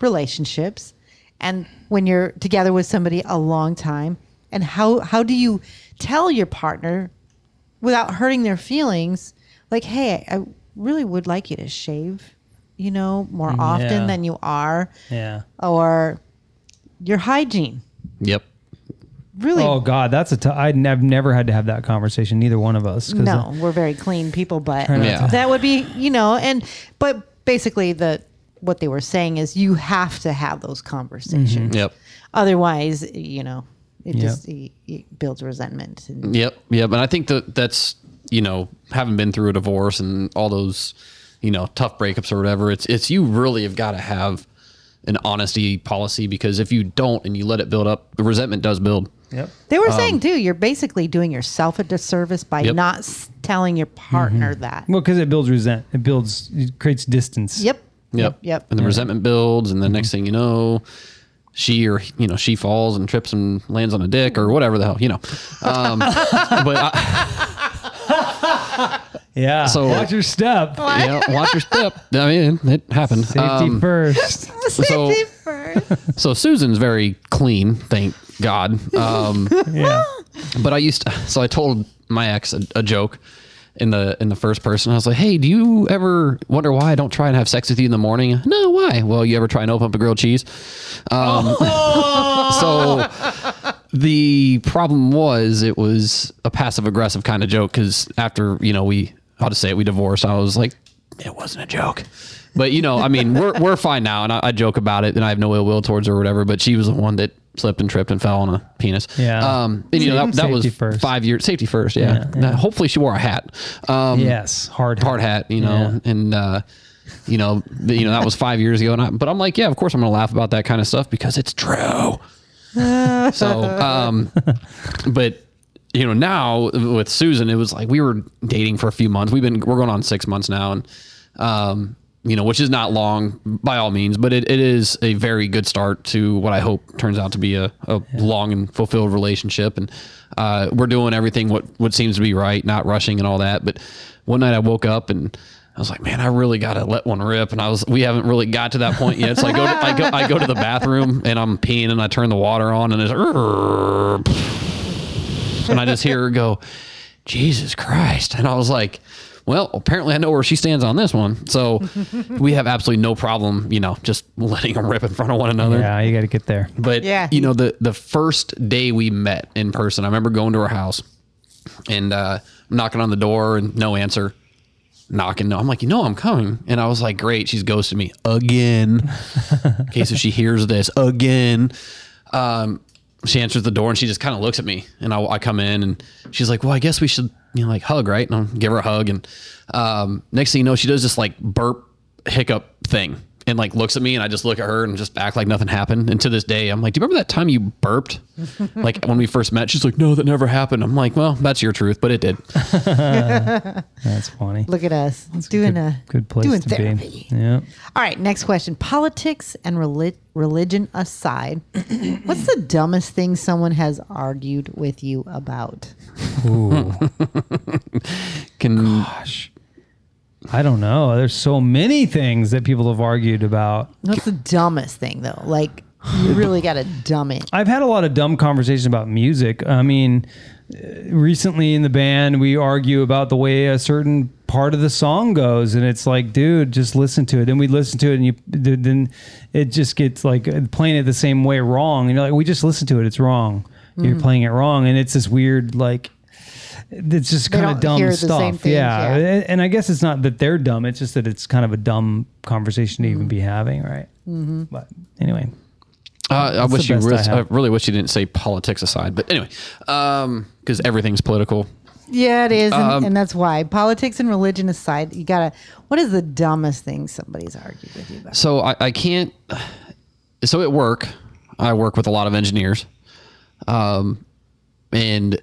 relationships, and when you're together with somebody a long time, and how how do you tell your partner without hurting their feelings? Like, hey, I, I really would like you to shave, you know, more
yeah.
often than you are,
yeah.
or your hygiene.
Yep.
Really,
Oh God, that's a. T- I'd nev- never had to have that conversation. Neither one of us. 'cause,
No,
uh,
we're very clean people, but
not
Yeah. to-
that would be you know, and but basically the what they were saying is you have to have those conversations.
Yep.
Otherwise, you know, it
Yeah.
just it, it builds resentment. And
Yep, yep. And I think that that's you know having been through a divorce and all those you know tough breakups or whatever. It's it's you really have got to have an honesty policy because if you don't and you let it build up, the resentment does build.
Yep.
they were saying too, you're basically doing yourself a disservice by
Yep.
not s- telling your partner that.
Well, because it builds resent. It builds. It creates distance.
Yep.
Yep,
Yep.
And the resentment builds, and the next thing you know, she or you know she falls and trips and lands on a dick or whatever the hell you know. Um, but I,
Yeah.
So-
watch your step.
Oh,
you know, watch your step. I mean, it happened.
Safety
Um,
first.
So-
Safety first.
so Susan's very clean, thank God. Um,
Yeah.
Ah.
but I used to, so I told my ex a, a joke in the in the first person. I was like, "Hey, do you ever wonder why I don't try and have sex with you in the morning?" No, why? Well, you ever try and open up a grilled cheese? Um,
Oh.
so the problem was it was a passive aggressive kind of joke because after you know we how to say it we divorced. I was like, it wasn't a joke. But you know, I mean, we're we're fine now, and I, I joke about it, and I have no ill will towards her or whatever. But she was the one that slipped and tripped and fell on a penis.
Yeah.
Um, and, you know, that, that was
Safety first.
five years safety first. Yeah. Now, hopefully she wore a hat. Um,
yes. Hard.
hard hat, you know, and, uh, you know, th- you know, that was five years ago. And I, but I'm like, yeah, of course I'm going to laugh about that kind of stuff because it's true. so, um, but you know, now with Susan, it was like, we were dating for a few months. We've been, we're going on six months now. And, um, you know, which is not long by all means, but it, it is a very good start to what I hope turns out to be a, a long and fulfilled relationship. And uh, we're doing everything what, what seems to be right, not rushing and all that. But one night I woke up and I was like, man, I really got to let one rip. And I was, we haven't really got to that point yet. So I go, to, I go, I go to the bathroom and I'm peeing and I turn the water on and it's, and I just hear her go, Jesus Christ. And I was like, well, apparently I know where she stands on this one. So we have absolutely no problem, you know, just letting them rip in front of one another.
Yeah. You got to get there.
But
Yeah.
you know, the the first day we met in person, I remember going to her house and uh, knocking on the door and no answer. Knocking, no. I'm like, you know, I'm coming, and I was like, great, she's ghosted me again. okay, so she hears this again. Um, she answers the door and she just kind of looks at me and I, I come in and she's like well i guess we should you know like hug right and i'll give her a hug and um, next thing you know she does this like burp hiccup thing and like looks at me and i just look at her and just act like nothing happened and to this day i'm like do you remember that time you burped like when we first met she's like no that never happened i'm like well that's your truth but it did
That's funny.
Look at us doing a
Good place
doing
to
therapy.
be. Yeah.
All right, next question. Politics and reli- religion aside, what's the dumbest thing someone has argued with you about?
can
I don't know. There's so many things that people have argued about.
What's the dumbest thing though? Like you really got to dumb it.
I've had a lot of dumb conversations about music. I mean, uh, recently in the band, we argue about the way a certain part of the song goes, and it's like, dude, just listen to it. Then we listen to it, and you th- then it just gets like uh, playing it the same way wrong. And you're like, we just listened to it; it's wrong.
Mm-hmm.
You're playing it wrong, and it's this weird like. It's just
They
kind of
don't
dumb
hear the
stuff,
same things,
yeah.
yeah.
And I guess it's not that they're dumb; it's just that it's kind of a dumb conversation to
Mm-hmm.
even be having, right? But anyway,
Uh, I wish
the
you
best I
really, I,
have.
really wish you didn't say politics aside, but anyway, because everything's political.
Yeah, it is, and,
Um,
and that's why politics and religion aside, you got to. What is the dumbest thing somebody's argued with you about?
So I, I can't. So at work, I work with a lot of engineers, um, and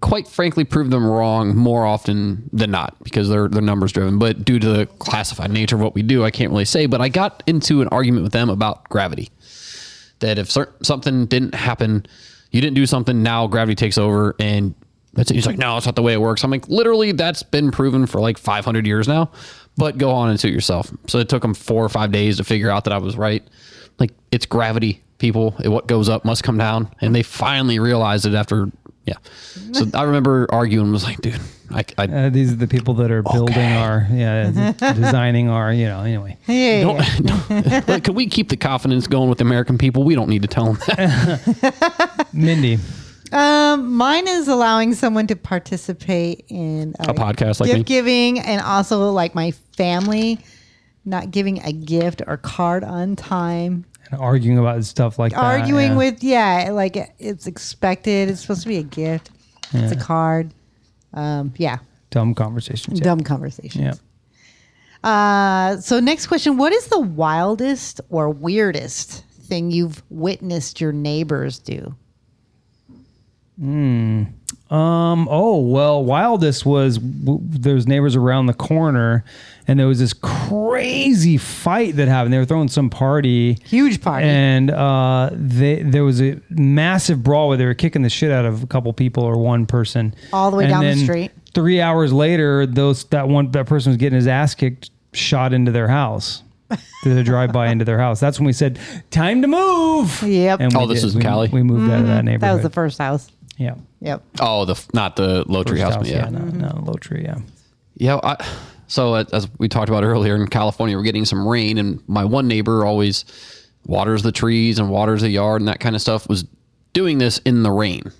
quite frankly, prove them wrong more often than not because they're they're numbers driven. But due to the classified nature of what we do, I can't really say. But I got into an argument with them about gravity. that if cer- something didn't happen, you didn't do something, now gravity takes over and that's it. He's like, no, that's not the way it works. I'm like, literally, that's been proven for like 500 years now, but go on and suit yourself. So it took him four or five days to figure out that I was right. Like, it's gravity, people. It, what goes up must come down. And they finally realized it after, yeah. So I remember arguing, I was like, dude, I, I
Uh, these are the people that are building
Okay.
our, yeah, d- designing our, you know. Anyway,
Yeah,
don't, like, can we keep the confidence going with the American people? We don't need to tell them that.
Mindy,
Um, mine is allowing someone to participate in uh,
A podcast like
gift
me?
giving, and also like my family not giving a gift or card on time.
and arguing about stuff like that.
arguing
yeah.
with yeah like it's expected it's supposed to be a gift it's a card um yeah
dumb conversations. Yeah.
dumb conversations
yeah.
uh so next question what is the wildest or weirdest thing you've witnessed your neighbors do
Um. Oh well, wildest was w- there's neighbors around the corner, and there was this crazy fight that happened. They were throwing some party.
huge party
And uh, they, there was a massive brawl where they were kicking the shit out of a couple people or one person.
All the way
And
down the
then
street.
Three hours later, those that one that person was getting his ass kicked, shot into their house. Did a drive by into their house. That's when we said, "Time to move."
Yep. Mm-hmm.
And we
Oh, this
did.
was in
we,
Cali?
We moved out of that neighborhood.
that was the first house
yeah.
yep
Oh, the f- not the low tree
First house,
house, but
yeah, no, no, low tree, yeah.
Yeah. I, so uh, as we talked about earlier in California, we're getting some rain, and my one neighbor always waters the trees and waters the yard and that kind of stuff. Was doing this in the rain,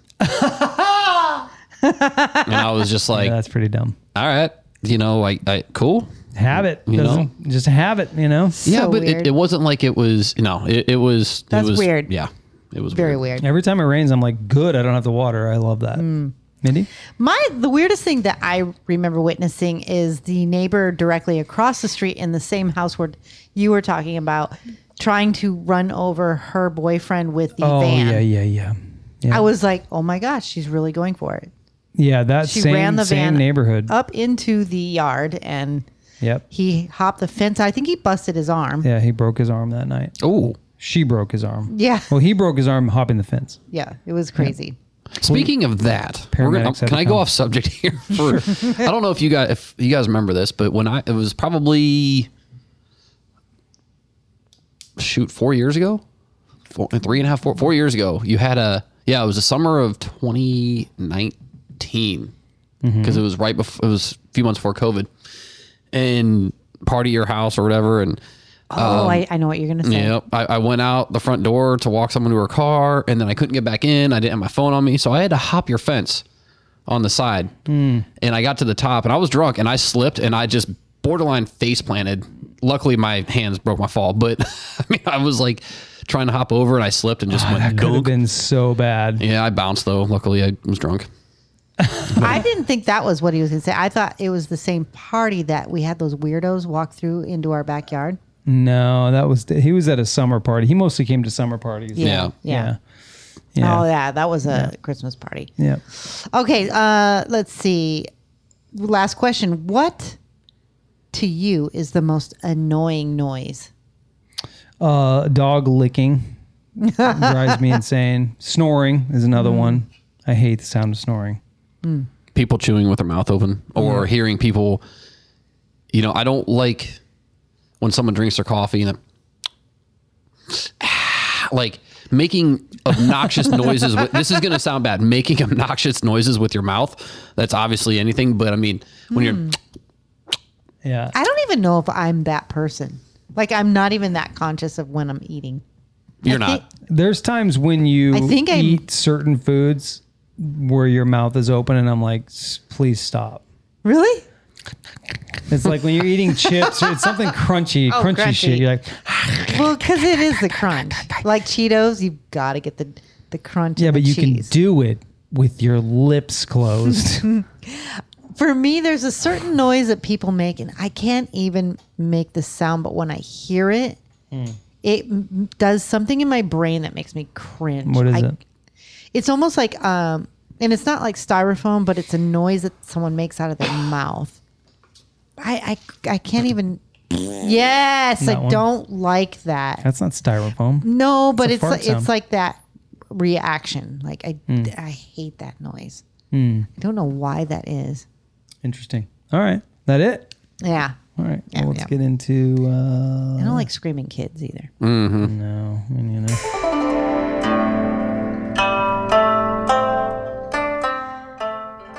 and I was just like,
Yeah, That's pretty dumb.
"All right, you know, I, I cool."
Have it,
You know?
doesn't- just have it, you know.
yeah,
So
but
weird.
it, it wasn't like it was. No, it, it was.
That's
it was,
weird.
Yeah, it was
very weird
Every time it rains, I'm like, good, I don't have to water. I love that. Mindy?
My Hmm. the weirdest thing that I remember witnessing is the neighbor directly across the street in the same house where you were talking about trying to run over her boyfriend with the
Oh
van.
yeah, yeah, yeah. yeah.
I was like, "Oh my gosh, she's really going for it."
Yeah, that
She
same,
ran the
same
van Oh.
neighborhood.
up into the yard and
Yep.
he hopped the fence. I think he busted his arm. Yeah.
Yeah, he broke his arm that night.
Oh,
She broke his arm.
Yeah.
Well, he broke his arm hopping the fence.
it was crazy.
Speaking of that, we're gonna-
Paramedics had
can
to
I go
come.
off subject here? For, I don't know if you guys if you guys remember this, but when I it was probably shoot four years ago, four, three and a half, four, four years ago, you had a yeah, it was the summer of 2019 because it was right before it was a few months before COVID, and party your house or whatever, and
Oh, I, I know what you're gonna say.
Um, Yep. I, I went out the front door to walk someone to her car, and then I couldn't get back in. I didn't have my phone on me, so I had to hop your fence on the side. And I got to the top, and I was drunk, and I slipped, and I just borderline face planted. Luckily, my hands broke my fall, but I mean, I was like trying to hop over and I slipped and just went
Could have
dunk.
been so bad.
Yeah, I bounced though. Luckily, I was drunk.
I didn't think that was what he was going to say. I thought it was the same party that we had those weirdos walk through into our backyard.
No, that was he was at a summer party. He mostly came to summer parties.
Yeah.
Yeah.
Yeah. Yeah.
Oh, yeah. That was a Christmas party.
yeah.
Okay. Uh, let's see. Last question. What to you is the most annoying noise?
Uh, dog licking drives me insane. Snoring is another
Mm.
one. I hate the sound of snoring.
People chewing with their mouth open or hearing people. You know, I don't like when someone drinks their coffee and then, like making obnoxious noises. With, this is going to sound bad. Making obnoxious noises with your mouth. That's obviously anything, but I mean, when you're
Yeah.
I don't even know if I'm that person. Like, I'm not even that conscious of when I'm eating.
you're
I
not.
think-
There's times when you
I think I'm-
eat certain foods where your mouth is open, and I'm like, "S- please stop.
Really?
It's like when you're eating chips or it's something crunchy,
Oh,
crunchy,
crunchy.
shit. You're like,
Well, because it is the crunch. Like Cheetos, you've got to get the, the crunch.
yeah,
and
but
the
you can
cheese.
do it with your lips closed.
for me, there's a certain noise that people make, and I can't even make the sound. But when I hear it,
Hmm.
it m- does something in my brain that makes me cringe.
what is
I-
it?
It's almost like, um, and it's not like styrofoam, but it's a noise that someone makes out of their mouth. I I, I can't even. Yes,
That
I
one?
don't like that.
That's not styrofoam.
No, but
a
it's
fart
like,
sound. Hmm.
it's like that reaction. Like I I hate that noise. I don't know why that is.
Interesting. All right. That it?
Yeah.
All right.
Yeah,
well, let's
yeah.
get into. Uh,
I don't like screaming kids either.
no, I mean, you know.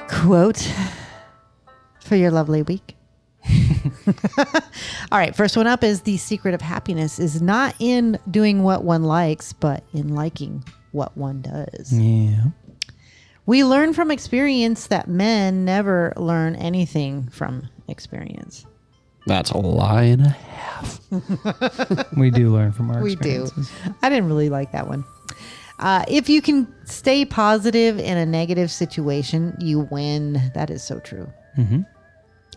Quote for your lovely week. All right, first one up is the secret of happiness is not in doing what one likes, but in liking what one does.
Yeah.
We learn from experience that men never learn anything from experience.
That's a lie and a half.
We do learn from our
We do.
experiences.
I didn't really like that one. Uh, if you can stay positive in a negative situation, you win. That is so true.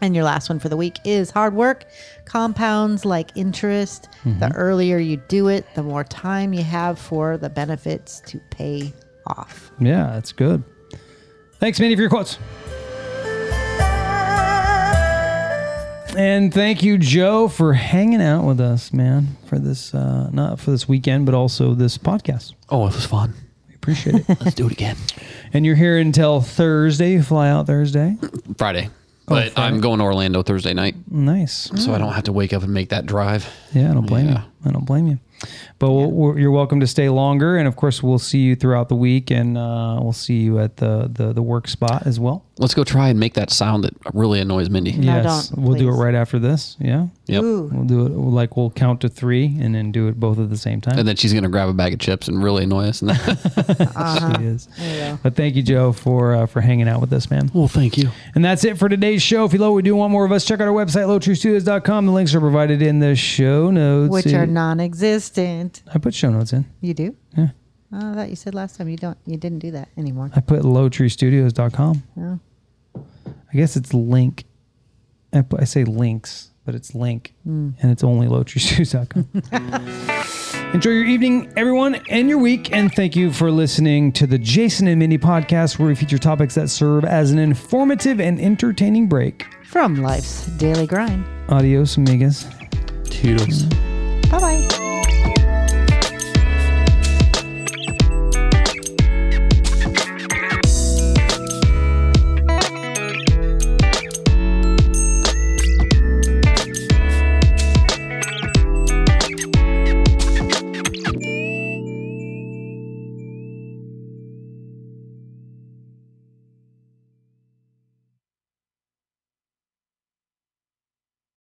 And your last one for the week is hard work compounds like interest. The earlier you do it, the more time you have for the benefits to pay off.
Yeah, that's good. Thanks, Minnie, for your quotes. And thank you, Joe, for hanging out with us, man, for this, uh, not for this weekend, but also this podcast.
Oh, it was fun.
We appreciate it.
Let's do it again.
and you're here until Thursday. You fly out Thursday.
Oh, Friday. Mm. But
Friday.
I'm going to Orlando Thursday night,
Nice.
so I don't have to wake up and make that drive.
Yeah, I don't blame
Yeah.
you. I don't blame you. But we'll, we're, you're welcome to stay longer, and of course, we'll see you throughout the week, and uh, we'll see you at the, the the work spot as well.
Let's go try and make that sound that really annoys Mindy.
No, don't,
we'll do it
please.
right after this. Yeah,
Yep.
Ooh,
we'll do it like we'll count to three, and then do it both at the same time.
And then she's gonna grab a bag of chips and really annoy us. And then,
Uh-huh.
She is.
there you go.
But thank you, Joe, for uh, for hanging out with us, man.
well, thank you.
And that's it for today's show. If you love what we do and want more of us, check out our website, lowtruestudios.com. The links are provided in the show notes.
Which are non existent.
I put show notes in.
You do?
Yeah.
Oh, I thought you said last time you don't you didn't do that anymore.
I put lowtreestudios.com.
No.
I guess it's link. I, put, I say links, but it's link, and it's only lowtreestudios.com. Enjoy your evening, everyone, and your week, and thank you for listening to the Jason and Mindy podcast, where we feature topics that serve as an informative and entertaining break.
From life's daily grind.
Adios, amigas.
Toodles.
Bye bye.